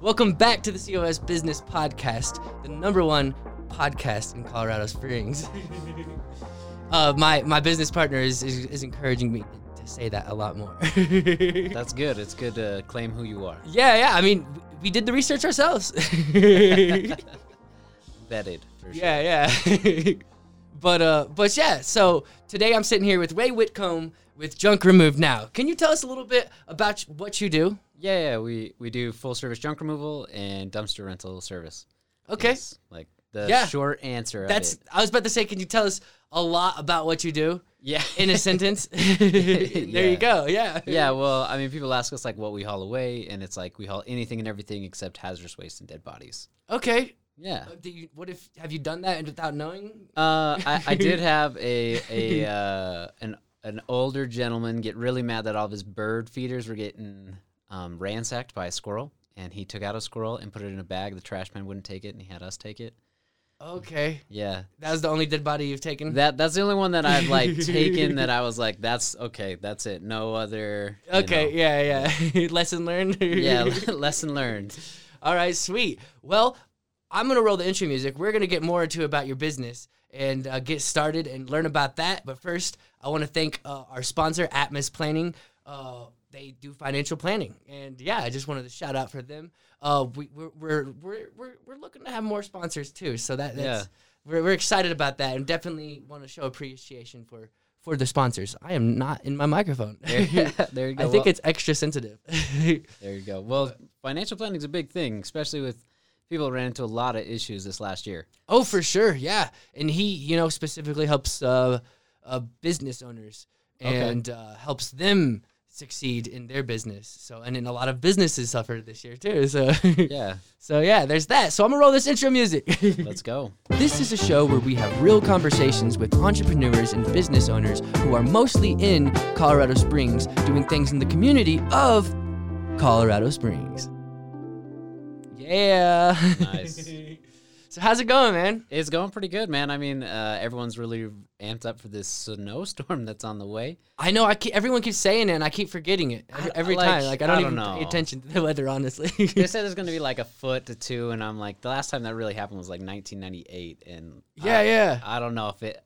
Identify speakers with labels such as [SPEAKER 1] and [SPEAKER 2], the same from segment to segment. [SPEAKER 1] Welcome back to the COS Business Podcast, the number one podcast in Colorado Springs. uh, my my business partner is, is is encouraging me to say that a lot more. yeah,
[SPEAKER 2] That's good. It's good to claim who you are.
[SPEAKER 1] yeah. I mean, we did the research ourselves.
[SPEAKER 2] Vetted for sure.
[SPEAKER 1] Yeah, yeah. but uh, but yeah. So today I'm sitting here with Ray Whitcomb with Junk Removed Now. Can you tell us a little bit about what you do?
[SPEAKER 2] Yeah, yeah. We we do full service junk removal and dumpster rental service.
[SPEAKER 1] Okay,
[SPEAKER 2] It's like the
[SPEAKER 1] Yeah.
[SPEAKER 2] short answer. of
[SPEAKER 1] that's.
[SPEAKER 2] it.
[SPEAKER 1] I was about to say, can you tell us a lot about what you do
[SPEAKER 2] yeah.
[SPEAKER 1] in a sentence? there you
[SPEAKER 2] Yeah.
[SPEAKER 1] go. Yeah.
[SPEAKER 2] yeah. Well, I mean, people ask us like what we haul away, and it's like we haul anything and everything except hazardous waste and dead bodies.
[SPEAKER 1] Okay.
[SPEAKER 2] Yeah.
[SPEAKER 1] Uh, Do you, what if have you done that and without knowing?
[SPEAKER 2] Uh, I, I did have a a uh, an an older gentleman get really mad that all of his bird feeders were getting um, ransacked by a squirrel, and he took out a squirrel and put it in a bag. The trash man wouldn't take it, and he had us take it.
[SPEAKER 1] Okay.
[SPEAKER 2] Yeah,
[SPEAKER 1] That was the only dead body you've taken.
[SPEAKER 2] that that's the only one that I've like taken that I was like, that's okay, that's it, no other. you
[SPEAKER 1] okay.
[SPEAKER 2] know.
[SPEAKER 1] Yeah. Yeah. Lesson learned.
[SPEAKER 2] yeah, lesson learned.
[SPEAKER 1] All right, sweet. Well, I'm gonna roll the intro music. We're gonna get more into about your business and uh, get started and learn about that. But first, I want to thank uh, our sponsor, Atmos Planning. Uh, they do financial planning, and yeah, I just wanted to shout out for them. Uh, we, we're, we're we're we're we're looking to have more sponsors too, so that that's,
[SPEAKER 2] Yeah.
[SPEAKER 1] we're we're excited about that, and definitely want to show appreciation for for the sponsors. I am not in my microphone.
[SPEAKER 2] there you go.
[SPEAKER 1] I think
[SPEAKER 2] Well-
[SPEAKER 1] it's extra sensitive.
[SPEAKER 2] There you go. Well, financial planning is a big thing, especially with people ran into a lot of issues this last year.
[SPEAKER 1] Oh, for sure, yeah. And he, you know, specifically helps uh, uh, business owners
[SPEAKER 2] Okay.
[SPEAKER 1] and uh, helps them succeed in their business. So, and then a lot of businesses suffered this year too. So,
[SPEAKER 2] Yeah,
[SPEAKER 1] so yeah, there's that. So I'm gonna roll this intro music.
[SPEAKER 2] let's go.
[SPEAKER 1] This is a show where we have real conversations with entrepreneurs and business owners who are mostly in Colorado Springs doing things in the community of Colorado Springs. Yeah.
[SPEAKER 2] Nice.
[SPEAKER 1] so how's it going, man?
[SPEAKER 2] It's going pretty good, man. I mean, uh, everyone's really amped up for this snowstorm that's on the way.
[SPEAKER 1] I know. I keep, everyone keeps saying it, and I keep forgetting it every,
[SPEAKER 2] I-
[SPEAKER 1] every
[SPEAKER 2] like,
[SPEAKER 1] time. Like I don't,
[SPEAKER 2] I don't
[SPEAKER 1] even
[SPEAKER 2] know.
[SPEAKER 1] pay attention to the weather, honestly.
[SPEAKER 2] They said there's going to be like a foot to two, and I'm like, the last time that really happened was like 1998, and uh, I,
[SPEAKER 1] yeah.
[SPEAKER 2] I don't know if it.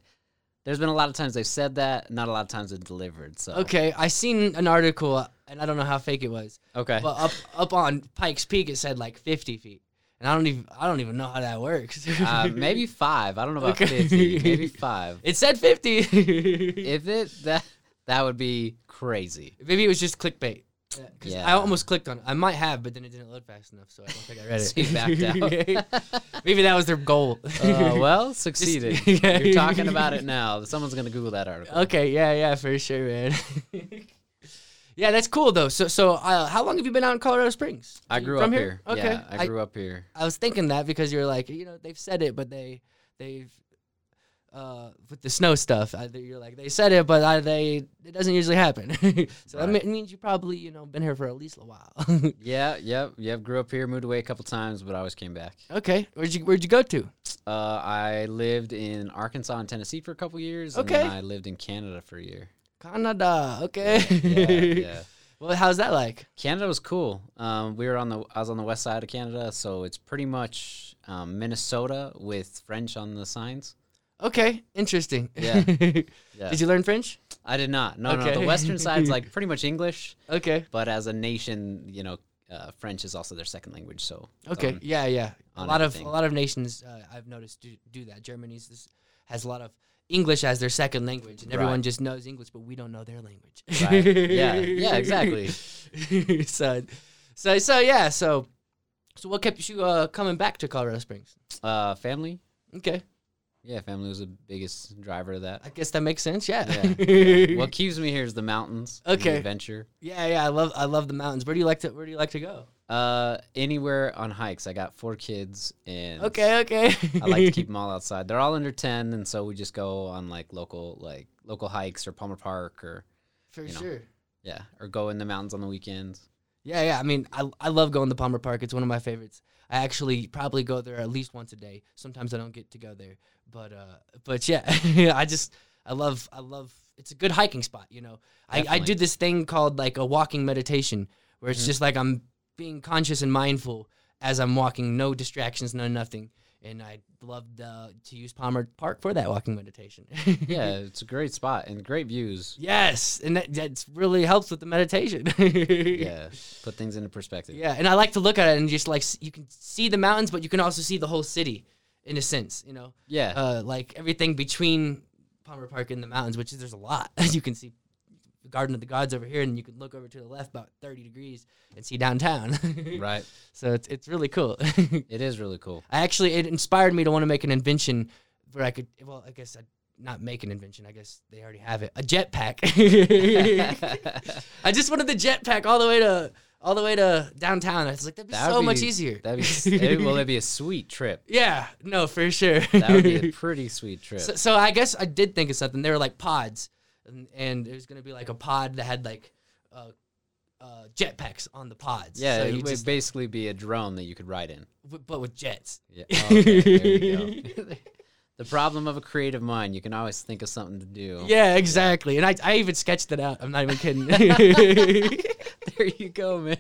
[SPEAKER 2] There's been a lot of times they've said that, not a lot of times it delivered. So
[SPEAKER 1] Okay, I seen an article, and I don't know how fake it was,
[SPEAKER 2] okay,
[SPEAKER 1] but up up on Pikes Peak it said like 50 feet, and I don't even I don't even know how that works.
[SPEAKER 2] uh, maybe five. I don't know about
[SPEAKER 1] Okay.
[SPEAKER 2] fifty. Maybe five.
[SPEAKER 1] it said 50.
[SPEAKER 2] If it that that would be crazy.
[SPEAKER 1] Maybe it was just clickbait. Yeah, 'cause I
[SPEAKER 2] Yeah.
[SPEAKER 1] almost clicked on it. I might have, but then it didn't load fast enough, so I don't think I read it.
[SPEAKER 2] So you backed
[SPEAKER 1] out. Maybe that was their goal.
[SPEAKER 2] Uh, well, succeeded.
[SPEAKER 1] yeah.
[SPEAKER 2] You're talking about it now. Someone's gonna Google that article.
[SPEAKER 1] Okay, yeah, yeah, for sure, man. yeah, that's cool though. So, so uh, how long have you been out in Colorado Springs?
[SPEAKER 2] I
[SPEAKER 1] You
[SPEAKER 2] grew
[SPEAKER 1] from
[SPEAKER 2] up here.
[SPEAKER 1] Okay,
[SPEAKER 2] Yeah, I
[SPEAKER 1] I,
[SPEAKER 2] grew up here.
[SPEAKER 1] I was thinking that because you're like, you know, they've said it, but they, they've, uh, with the snow stuff, I, they- you're like, they said it, but I, they, it doesn't usually happen. so that
[SPEAKER 2] Right.
[SPEAKER 1] me- means you probably, you know, been here for at least a while.
[SPEAKER 2] Yeah, yep, yep. Grew up here, moved away a couple times, but I always came back.
[SPEAKER 1] okay, where'd you, where'd you go to?
[SPEAKER 2] Uh, I lived in Arkansas and Tennessee for a couple years, and then
[SPEAKER 1] Okay.
[SPEAKER 2] I lived in Canada for a year.
[SPEAKER 1] Canada. Okay.
[SPEAKER 2] Yeah, yeah.
[SPEAKER 1] Well, how's that like?
[SPEAKER 2] Canada was cool. Um, we were on the I was on the west side of Canada, so it's pretty much um, Minnesota with French on the signs.
[SPEAKER 1] Okay, interesting.
[SPEAKER 2] Yeah. Yeah,
[SPEAKER 1] Did you learn French?
[SPEAKER 2] I did not. No, no.
[SPEAKER 1] Okay.
[SPEAKER 2] The western side's like pretty much English.
[SPEAKER 1] Okay.
[SPEAKER 2] but as a nation, you know, uh, French is also their second language. So it's
[SPEAKER 1] Okay.
[SPEAKER 2] on-
[SPEAKER 1] yeah, yeah. A
[SPEAKER 2] Um, on
[SPEAKER 1] lot of
[SPEAKER 2] everything.
[SPEAKER 1] a lot of nations uh, I've noticed do, do that. Germany's this has a lot of English as their second language, and everyone
[SPEAKER 2] Right.
[SPEAKER 1] just knows English, but we don't know their language.
[SPEAKER 2] Right. Yeah, yeah, exactly.
[SPEAKER 1] so, so, so yeah. So, so what kept you uh, coming back to Colorado Springs?
[SPEAKER 2] uh, family.
[SPEAKER 1] Okay,
[SPEAKER 2] Yeah, family was the biggest driver of that.
[SPEAKER 1] I guess that makes sense. Yeah.
[SPEAKER 2] Yeah, What keeps me here is the mountains. and the
[SPEAKER 1] Okay.
[SPEAKER 2] adventure.
[SPEAKER 1] yeah, yeah. I love I love the mountains. Where do you like to Where do you like to go?
[SPEAKER 2] Uh, anywhere on hikes. I got four kids, and
[SPEAKER 1] Okay, okay.
[SPEAKER 2] I like to keep them all outside. They're all under ten, and so we just go on like local, like local hikes or Palmer Park or
[SPEAKER 1] for
[SPEAKER 2] you know.
[SPEAKER 1] sure.
[SPEAKER 2] yeah, or go in the mountains on the weekends.
[SPEAKER 1] Yeah, yeah. I mean, I, I love going to Palmer Park. It's one of my favorites. I actually probably go there at least once a day. Sometimes I don't get to go there, but uh, but yeah, I just I love I love. It's a good hiking spot, you know. I, I
[SPEAKER 2] Definitely. Mm-hmm.
[SPEAKER 1] do this thing called like a walking meditation, where it's just like I'm being conscious and mindful as I'm walking. No distractions, no nothing. And I loved uh, to use Palmer Park for that walking meditation.
[SPEAKER 2] yeah, it's a great spot and great views.
[SPEAKER 1] Yes, and that that's really helps with the meditation.
[SPEAKER 2] Yeah, put things into perspective.
[SPEAKER 1] Yeah, and I like to look at it and just like s- you can see the mountains, but you can also see the whole city in a sense, you know.
[SPEAKER 2] Yeah.
[SPEAKER 1] Uh, like everything between Palmer Park and the mountains, which is there's a lot. you can see the Garden of the Gods over here, and you can look over to the left about 30 degrees and see downtown.
[SPEAKER 2] right.
[SPEAKER 1] So it's, it's really cool.
[SPEAKER 2] It is really cool.
[SPEAKER 1] I actually it inspired me to want to make an invention where I could well I guess I'd not make an invention I guess they already have it a jetpack. I just wanted the jetpack all the way to all the way to downtown. I was like that'd be
[SPEAKER 2] That would
[SPEAKER 1] so
[SPEAKER 2] be-
[SPEAKER 1] much easier.
[SPEAKER 2] That'd be s- it, well, that'd be a sweet trip.
[SPEAKER 1] yeah, no, for sure.
[SPEAKER 2] That would be a pretty sweet trip.
[SPEAKER 1] so, so I guess I did think of something. They were like pods, and, and it was gonna be like a pod that had like uh, uh, jetpacks on the pods.
[SPEAKER 2] yeah,
[SPEAKER 1] so
[SPEAKER 2] it
[SPEAKER 1] you
[SPEAKER 2] would
[SPEAKER 1] just
[SPEAKER 2] basically be a drone that you could ride in.
[SPEAKER 1] w- but with jets.
[SPEAKER 2] Yeah. Okay, there you go. the problem of a creative mind, you can always think of something to do.
[SPEAKER 1] Yeah, exactly. And I, I even sketched it out. I'm not even kidding. yeah,
[SPEAKER 2] There you go, man.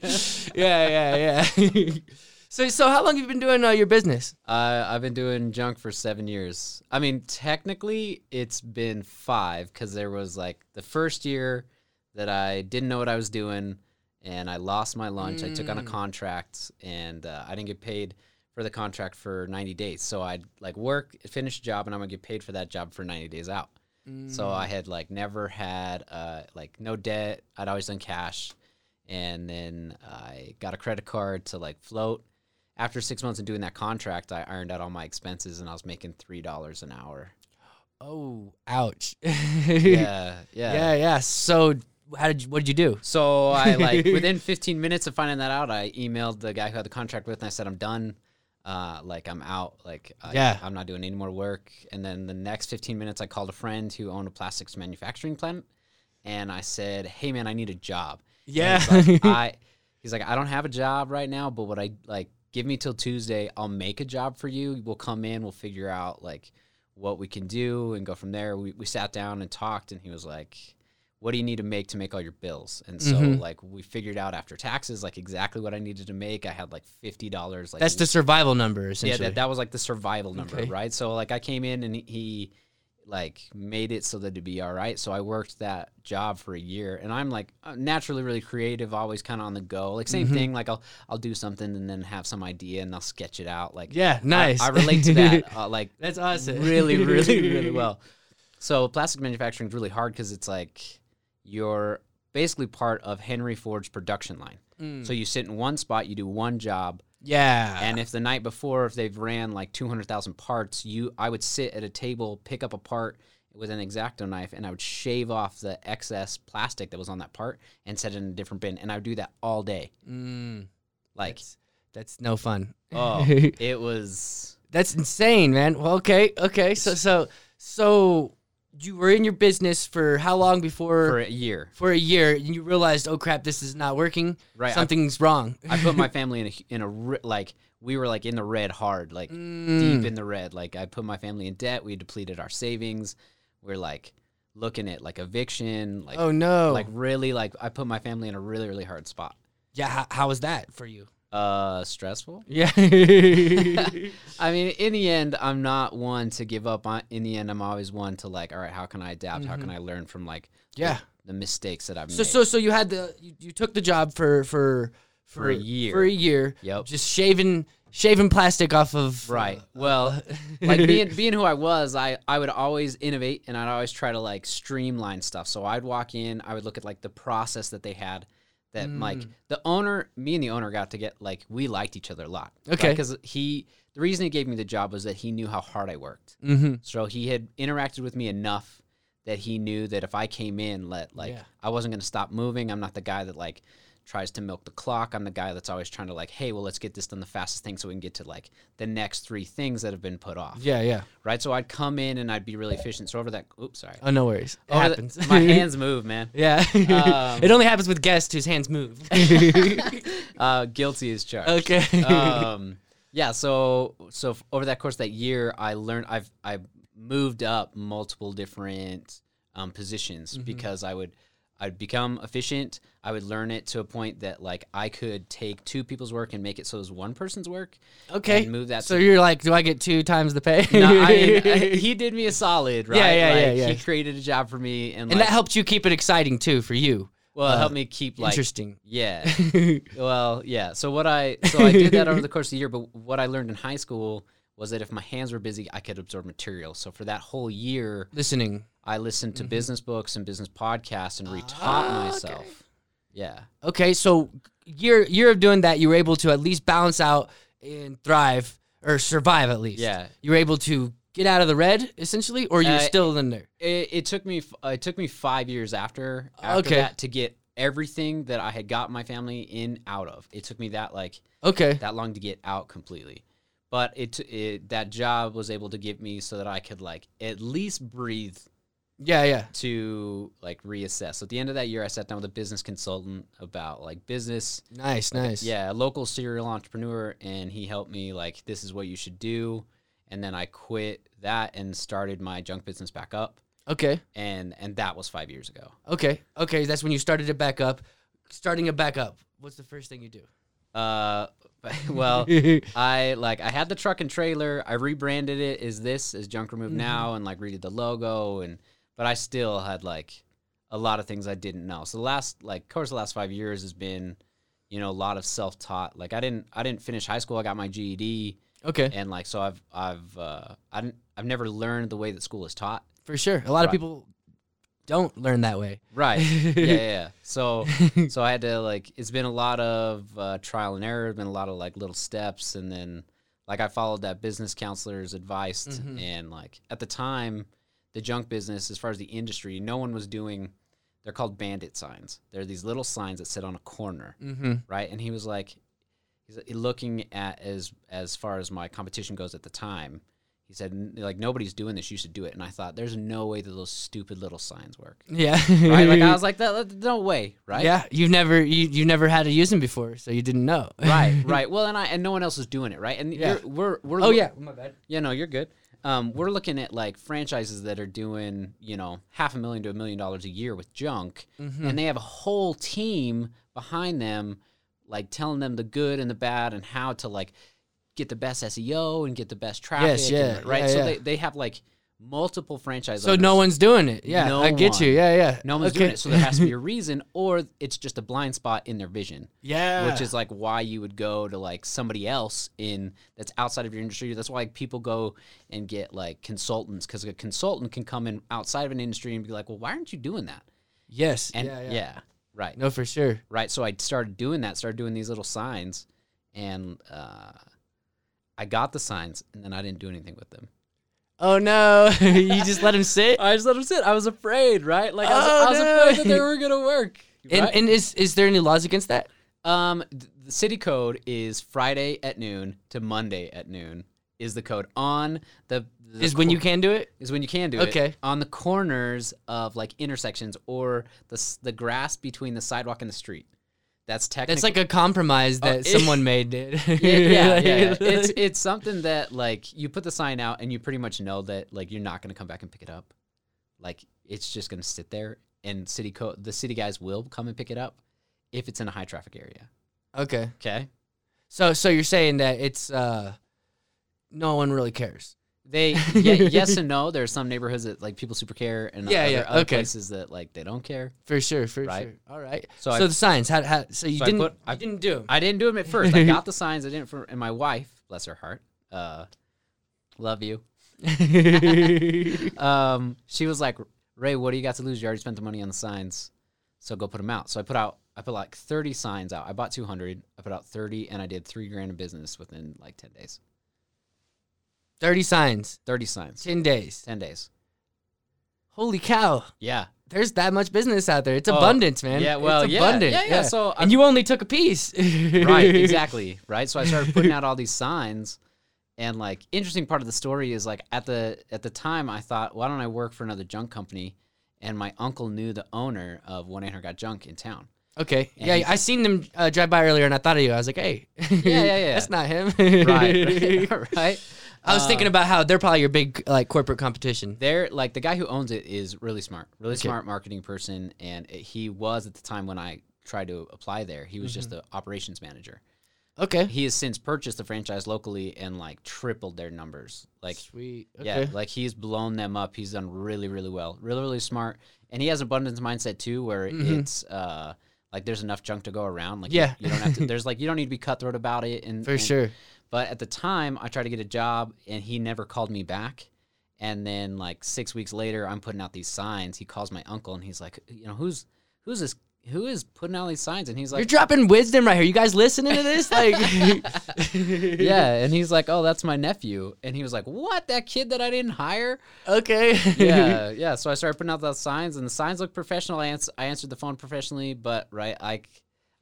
[SPEAKER 1] yeah, yeah. so, so how long have you been doing uh, your business?
[SPEAKER 2] Uh, I've been doing junk for seven years. I mean, technically, it's been five because there was like the first year that I didn't know what I was doing and I lost my lunch. I took on a contract and uh, I didn't get paid for the contract for 90 days. So I'd like work, finish a job, and I'm going to get paid for that job for 90 days out. So
[SPEAKER 1] Mm.
[SPEAKER 2] I had like never had uh, like no debt. I'd always done cash, and then I got a credit card to like float. After six months of doing that contract, I ironed out all my expenses, and I was making three dollars an hour.
[SPEAKER 1] Oh, ouch.
[SPEAKER 2] Yeah, yeah.
[SPEAKER 1] yeah, yeah. So, how did you, what did you do?
[SPEAKER 2] So I like within 15 minutes of finding that out, I emailed the guy who had the contract with, and I said, "I'm done. Uh, like I'm out. Like I,
[SPEAKER 1] Yeah.
[SPEAKER 2] I'm not doing any more work." And then the next 15 minutes, I called a friend who owned a plastics manufacturing plant, and I said, "Hey man, I need a job." And
[SPEAKER 1] Yeah.
[SPEAKER 2] he's like, I. He's like, "I don't have a job right now, but what I like, give me till Tuesday. I'll make a job for you. We'll come in. We'll figure out like." what we can do and go from there. We, we sat down and talked, and he was like, What do you need to make to make all your bills? And so,
[SPEAKER 1] Mhm.
[SPEAKER 2] like, we figured out after taxes, like, exactly what I needed to make. I had like $50. Like,
[SPEAKER 1] That's the survival number,
[SPEAKER 2] yeah,
[SPEAKER 1] essentially.
[SPEAKER 2] that, that was like the survival number,
[SPEAKER 1] Okay.
[SPEAKER 2] right? So, like, I came in and he, like, made it so that it'd be all right. So, I worked that job for a year, and I'm like, uh, naturally really creative, always kind of on the go. Like,
[SPEAKER 1] Mm-hmm.
[SPEAKER 2] same thing, like, I'll, I'll do something and then have some idea and I'll sketch it out. Like,
[SPEAKER 1] yeah, nice.
[SPEAKER 2] I, I relate to that. Uh, like,
[SPEAKER 1] That's awesome.
[SPEAKER 2] really, really, really well. So plastic manufacturing is really hard because it's like you're basically part of Henry Ford's production line. So
[SPEAKER 1] Hmm.
[SPEAKER 2] you sit in one spot, you do one job,
[SPEAKER 1] Yeah.
[SPEAKER 2] and if the night before, if they've ran like two hundred thousand parts, you I would sit at a table, pick up a part with an exacto knife, and I would shave off the excess plastic that was on that part and set it in a different bin, and I would do that all day.
[SPEAKER 1] Mm,
[SPEAKER 2] Like,
[SPEAKER 1] that's, that's no fun.
[SPEAKER 2] oh, it was
[SPEAKER 1] That's insane, man. Well, okay, okay. So, so, so you were in your business for how long before?
[SPEAKER 2] for a year.
[SPEAKER 1] for a year and you realized, oh crap, this is not working.
[SPEAKER 2] Right, I-
[SPEAKER 1] Something's wrong.
[SPEAKER 2] I put my family in a in a ri- like we were like in the red hard, like deep
[SPEAKER 1] Mm.
[SPEAKER 2] in the red. Like I put my family in debt. We depleted our savings. We're like looking at like eviction. Like
[SPEAKER 1] oh no.
[SPEAKER 2] like really like I put my family in a really really hard spot.
[SPEAKER 1] yeah, how, how was that for you?
[SPEAKER 2] Uh, stressful.
[SPEAKER 1] Yeah.
[SPEAKER 2] I mean, in the end, I'm not one to give up. On in the end, I'm always one to like, all right, how can I adapt? How can I learn from like the-
[SPEAKER 1] Mm-hmm. Yeah.
[SPEAKER 2] the, mistakes that I've
[SPEAKER 1] so
[SPEAKER 2] made?
[SPEAKER 1] so so you had the you, you took the job for for for,
[SPEAKER 2] a year.
[SPEAKER 1] For a year.
[SPEAKER 2] Yep.
[SPEAKER 1] Just shaving shaving plastic off of
[SPEAKER 2] Right.
[SPEAKER 1] uh,
[SPEAKER 2] Well, like being being who I was, I I would always innovate and I'd always try to like streamline stuff. So I'd walk in, I would look at like the process that they had that like
[SPEAKER 1] Mm.
[SPEAKER 2] the owner, me and the owner got to get like we liked each other a lot.
[SPEAKER 1] Okay.
[SPEAKER 2] Because he the reason he gave me the job was that he knew how hard I worked.
[SPEAKER 1] mhm.
[SPEAKER 2] So he had interacted with me enough that he knew that if I came in, let like
[SPEAKER 1] Yeah.
[SPEAKER 2] I wasn't gonna stop moving. I'm not the guy that like tries to milk the clock. I'm the guy that's always trying to like, hey, well, let's get this done the fastest thing so we can get to like the next three things that have been put off.
[SPEAKER 1] Yeah, yeah.
[SPEAKER 2] Right. So I'd come in and I'd be really efficient. So over that, oops, sorry.
[SPEAKER 1] Oh no worries. It
[SPEAKER 2] Over the-
[SPEAKER 1] happens.
[SPEAKER 2] my hands move, man.
[SPEAKER 1] yeah.
[SPEAKER 2] Um,
[SPEAKER 1] it only happens with guests whose hands move.
[SPEAKER 2] Uh, guilty as charged.
[SPEAKER 1] okay.
[SPEAKER 2] um, yeah. So so f- over that course of that year, I learned. I've
[SPEAKER 1] Mm-hmm.
[SPEAKER 2] I moved up multiple different um, positions because I would I'd become efficient. I would learn it to a point that like I could take two people's work and make it so it was one person's work.
[SPEAKER 1] Okay.
[SPEAKER 2] And move that
[SPEAKER 1] So
[SPEAKER 2] to-
[SPEAKER 1] you're like, do I get two times the pay?
[SPEAKER 2] No, I mean, I- he did me a solid, right?
[SPEAKER 1] Yeah, yeah, yeah,
[SPEAKER 2] Like,
[SPEAKER 1] yeah.
[SPEAKER 2] He created a job for me, and,
[SPEAKER 1] and
[SPEAKER 2] like,
[SPEAKER 1] that helped you keep it exciting too for you.
[SPEAKER 2] well,
[SPEAKER 1] uh,
[SPEAKER 2] it helped me keep like
[SPEAKER 1] Interesting.
[SPEAKER 2] yeah, well, yeah. So what I so I did that over the course of the year, but what I learned in high school was that if my hands were busy, I could absorb material. So for that whole year,
[SPEAKER 1] Listening.
[SPEAKER 2] I listened to business books and business podcasts and retaught
[SPEAKER 1] Mm-hmm. Ah, okay.
[SPEAKER 2] myself. Yeah.
[SPEAKER 1] Okay, so year year of doing that, you were able to at least balance out and thrive or survive at least.
[SPEAKER 2] Yeah.
[SPEAKER 1] You were able to get out of the red essentially, or you're
[SPEAKER 2] Uh,
[SPEAKER 1] still in there.
[SPEAKER 2] It, it took me f- uh, it took me 5 years after after
[SPEAKER 1] Okay.
[SPEAKER 2] that to get everything that I had got my family in out of. It took me that like
[SPEAKER 1] Okay.
[SPEAKER 2] that long to get out completely. But it, it that job was able to give me so that I could like at least breathe
[SPEAKER 1] Yeah, yeah.
[SPEAKER 2] to like reassess. So at the end of that year, I sat down with a business consultant about like business.
[SPEAKER 1] Nice, nice.
[SPEAKER 2] Uh, Yeah, a local serial entrepreneur, and he helped me like this is what you should do. And then I quit that and started my junk business back up,
[SPEAKER 1] Okay.
[SPEAKER 2] and and that was five years ago.
[SPEAKER 1] Okay. Okay. That's when you started it back up. Starting it back up. What's the first thing you do?
[SPEAKER 2] Uh, well, I like I had the truck and trailer. I rebranded it as this as Junk Remove Now and like redid the logo and but I still had like a lot of things I didn't know. So the last like course of the last five years has been, you know, a lot of self taught. Like I didn't I didn't finish high school. I got my GED
[SPEAKER 1] okay.
[SPEAKER 2] and like so I've I've uh I didn't, I've never learned the way that school is taught.
[SPEAKER 1] For sure. A lot of
[SPEAKER 2] Right.
[SPEAKER 1] people don't learn that way.
[SPEAKER 2] Right. yeah, yeah, yeah. So so I had to like it's been a lot of uh, trial and error, been a lot of like little steps and then like I followed that business counselor's advice t-
[SPEAKER 1] Mhm.
[SPEAKER 2] and like at the time the junk business as far as the industry, no one was doing they're called bandit signs. They're these little signs that sit on a corner
[SPEAKER 1] Mm-hmm.
[SPEAKER 2] right? And he was like, he's uh, looking at as as far as my competition goes at the time. He said, "N- like nobody's doing this. You should do it. And I thought, there's no way that those stupid little signs work.
[SPEAKER 1] Yeah.
[SPEAKER 2] Right? like I was like, that, that- no way, right?
[SPEAKER 1] Yeah. You've never you you never had to use them before, so you didn't know.
[SPEAKER 2] Right, right. Well, and I and no one else is doing it, right? And
[SPEAKER 1] Yeah.
[SPEAKER 2] you're, we're we're
[SPEAKER 1] oh
[SPEAKER 2] loo-
[SPEAKER 1] yeah. My bad.
[SPEAKER 2] yeah, no, you're good. Um, we're looking at like franchises that are doing you know half a million to a million dollars a year with junk,
[SPEAKER 1] Mm-hmm.
[SPEAKER 2] and they have a whole team behind them, like telling them the good and the bad and how to like get the best SEO and get the best traffic.
[SPEAKER 1] Yes, yeah,
[SPEAKER 2] and- right.
[SPEAKER 1] yeah,
[SPEAKER 2] so
[SPEAKER 1] yeah.
[SPEAKER 2] They, they have like multiple franchise.
[SPEAKER 1] So
[SPEAKER 2] owners.
[SPEAKER 1] no one's doing it. Yeah.
[SPEAKER 2] No
[SPEAKER 1] I get you.
[SPEAKER 2] one.
[SPEAKER 1] Yeah, yeah.
[SPEAKER 2] no one's
[SPEAKER 1] Okay.
[SPEAKER 2] doing it. So there has to be a reason, or it's just a blind spot in their vision
[SPEAKER 1] Yeah.
[SPEAKER 2] which is like why you would go to like somebody else in that's outside of your industry. That's why like, people go and get like consultants because a consultant can come in outside of an industry and be like, well, why aren't you doing that?
[SPEAKER 1] yes.
[SPEAKER 2] And
[SPEAKER 1] yeah, yeah.
[SPEAKER 2] right,
[SPEAKER 1] No, for sure.
[SPEAKER 2] right. So I started doing that, started doing these little signs, and uh, I got the signs, and then I didn't do anything with them.
[SPEAKER 1] Oh no. you just let him sit?
[SPEAKER 2] I just let them sit. I was afraid, right? Like
[SPEAKER 1] I was- I was afraid that they
[SPEAKER 2] were gonna work.
[SPEAKER 1] And and is is there any laws against that?
[SPEAKER 2] Um, th- the city code is Friday at noon to Monday at noon is the code on the, the
[SPEAKER 1] Is when you
[SPEAKER 2] cor-
[SPEAKER 1] can do it?
[SPEAKER 2] is when you can do it.
[SPEAKER 1] Okay.
[SPEAKER 2] on the corners of like intersections or the s- the grass between the sidewalk and the street. That's technically
[SPEAKER 1] That's like a compromise that
[SPEAKER 2] Uh, it-
[SPEAKER 1] someone made, dude.
[SPEAKER 2] yeah, yeah, yeah.
[SPEAKER 1] Like-
[SPEAKER 2] it's it's something that like you put the sign out and you pretty much know that like you're not gonna come back and pick it up. Like it's just gonna sit there and city code the city guys will come and pick it up if it's in a high traffic area.
[SPEAKER 1] okay.
[SPEAKER 2] Okay.
[SPEAKER 1] So so you're saying that it's uh no one really cares.
[SPEAKER 2] They ye- yes and no. There are some neighborhoods that like people super care, and
[SPEAKER 1] Yeah,
[SPEAKER 2] other,
[SPEAKER 1] yeah,
[SPEAKER 2] other
[SPEAKER 1] okay.
[SPEAKER 2] places that like they don't care.
[SPEAKER 1] For sure, for
[SPEAKER 2] Right.
[SPEAKER 1] sure. All right. So,
[SPEAKER 2] So I-
[SPEAKER 1] the signs, how, how so you
[SPEAKER 2] So I
[SPEAKER 1] didn't
[SPEAKER 2] put-
[SPEAKER 1] I
[SPEAKER 2] I-
[SPEAKER 1] didn't do 'em.
[SPEAKER 2] I didn't do them at first. I got the signs. I didn't. For, and my wife, bless her heart, uh, love you. Um, she was like, Ray, what do you got to lose? You already spent the money on the signs, so go put them out. So I put out. I put like thirty signs out. I bought two hundred. I put out thirty, and I did three grand in business within like ten days.
[SPEAKER 1] 30 signs,
[SPEAKER 2] Thirty signs,
[SPEAKER 1] 10 days.
[SPEAKER 2] ten days.
[SPEAKER 1] Holy cow.
[SPEAKER 2] Yeah.
[SPEAKER 1] There's that much business out there. It's
[SPEAKER 2] Oh,
[SPEAKER 1] abundance, man.
[SPEAKER 2] yeah, well,
[SPEAKER 1] it's
[SPEAKER 2] yeah,
[SPEAKER 1] abundant.
[SPEAKER 2] yeah, yeah. So
[SPEAKER 1] and you only took a piece.
[SPEAKER 2] right exactly right so i started putting out all these signs and like interesting part of the story is like at the at the time i thought why don't i work for another junk company and my uncle knew the owner of one hundred got junk in town
[SPEAKER 1] Okay.
[SPEAKER 2] And
[SPEAKER 1] yeah,
[SPEAKER 2] he-
[SPEAKER 1] I seen them uh, drive by earlier, and I thought of you. I was like, hey,
[SPEAKER 2] yeah, yeah.
[SPEAKER 1] that's not him.
[SPEAKER 2] right Uh, right
[SPEAKER 1] I was thinking about how they're probably your big like corporate competition.
[SPEAKER 2] They're like the guy who owns it is really smart, really
[SPEAKER 1] Okay.
[SPEAKER 2] smart marketing person, and it, he was at the time when I tried to apply there. He was just the operations manager.
[SPEAKER 1] Okay.
[SPEAKER 2] He has since purchased the franchise locally and like tripled their numbers. Like
[SPEAKER 1] Sweet.
[SPEAKER 2] Yeah, like he's blown them up. He's done really, really well. Really, really smart. And he has an abundance mindset too, where
[SPEAKER 1] Mhm.
[SPEAKER 2] it's uh like there's enough junk to go around. Like you-
[SPEAKER 1] Yeah.
[SPEAKER 2] you, don't have to. There's like you don't need to be cutthroat about it. And
[SPEAKER 1] For
[SPEAKER 2] and-
[SPEAKER 1] sure.
[SPEAKER 2] But at the time, I tried to get a job, and he never called me back. And then like six weeks later, I'm putting out these signs. He calls my uncle, and he's like, you know, who's who's this? Who is putting out these signs? And he's
[SPEAKER 1] You're
[SPEAKER 2] like,
[SPEAKER 1] dropping wisdom right here. You guys listening to this? Like,
[SPEAKER 2] yeah. And he's like, oh, that's my nephew. And he was like, what? That kid that I didn't hire?
[SPEAKER 1] Okay.
[SPEAKER 2] yeah, yeah. So I started putting out those signs, and the signs look professional. I, ans- I answered the phone professionally, but right, I, c-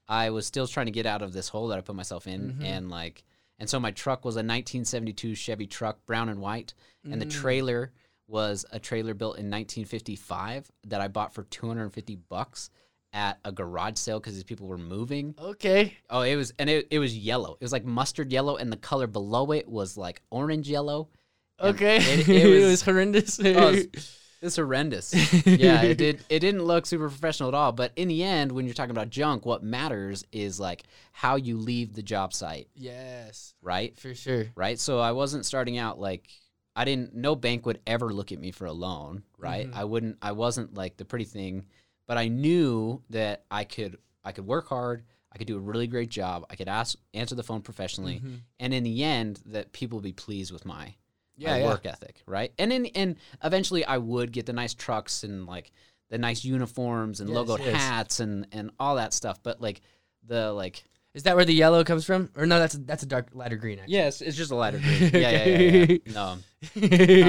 [SPEAKER 2] I was still trying to get out of this hole that I put myself in, and like, and so my truck was a 1972 Chevy truck, brown and white, and
[SPEAKER 1] Mm.
[SPEAKER 2] the trailer was a trailer built in 1955 that I bought for 250 bucks at a garage sale because these people were moving.
[SPEAKER 1] Okay.
[SPEAKER 2] Oh, it was, and it, it was yellow. It was like mustard yellow, and the color below it was like orange yellow. And
[SPEAKER 1] Okay.
[SPEAKER 2] it- it was-
[SPEAKER 1] horrendous.
[SPEAKER 2] Oh, it's, it's horrendous. yeah, it did. It didn't look super professional at all. But in the end, when you're talking about junk, what matters is like how you leave the job site,
[SPEAKER 1] yes,
[SPEAKER 2] right?
[SPEAKER 1] for sure.
[SPEAKER 2] Right. So I wasn't starting out like I didn't. No bank would ever look at me for a loan, right?
[SPEAKER 1] Mhm.
[SPEAKER 2] I wouldn't. I wasn't like the pretty thing, but I knew that I could. I could work hard. I could do a really great job. I could ask answer the phone professionally,
[SPEAKER 1] Mhm.
[SPEAKER 2] and in the end, that people would be pleased with my
[SPEAKER 1] Yeah,
[SPEAKER 2] my
[SPEAKER 1] yeah.
[SPEAKER 2] work ethic, right? And in and eventually I would get the nice trucks and like the nice uniforms and
[SPEAKER 1] Yes,
[SPEAKER 2] logoed
[SPEAKER 1] yes.
[SPEAKER 2] hats and and all that stuff. But like the like
[SPEAKER 1] Is that where the yellow comes from? Or no, that's that's a dark lighter green. Actually.
[SPEAKER 2] yes, it's just a lighter green. yeah, yeah, yeah, yeah, yeah.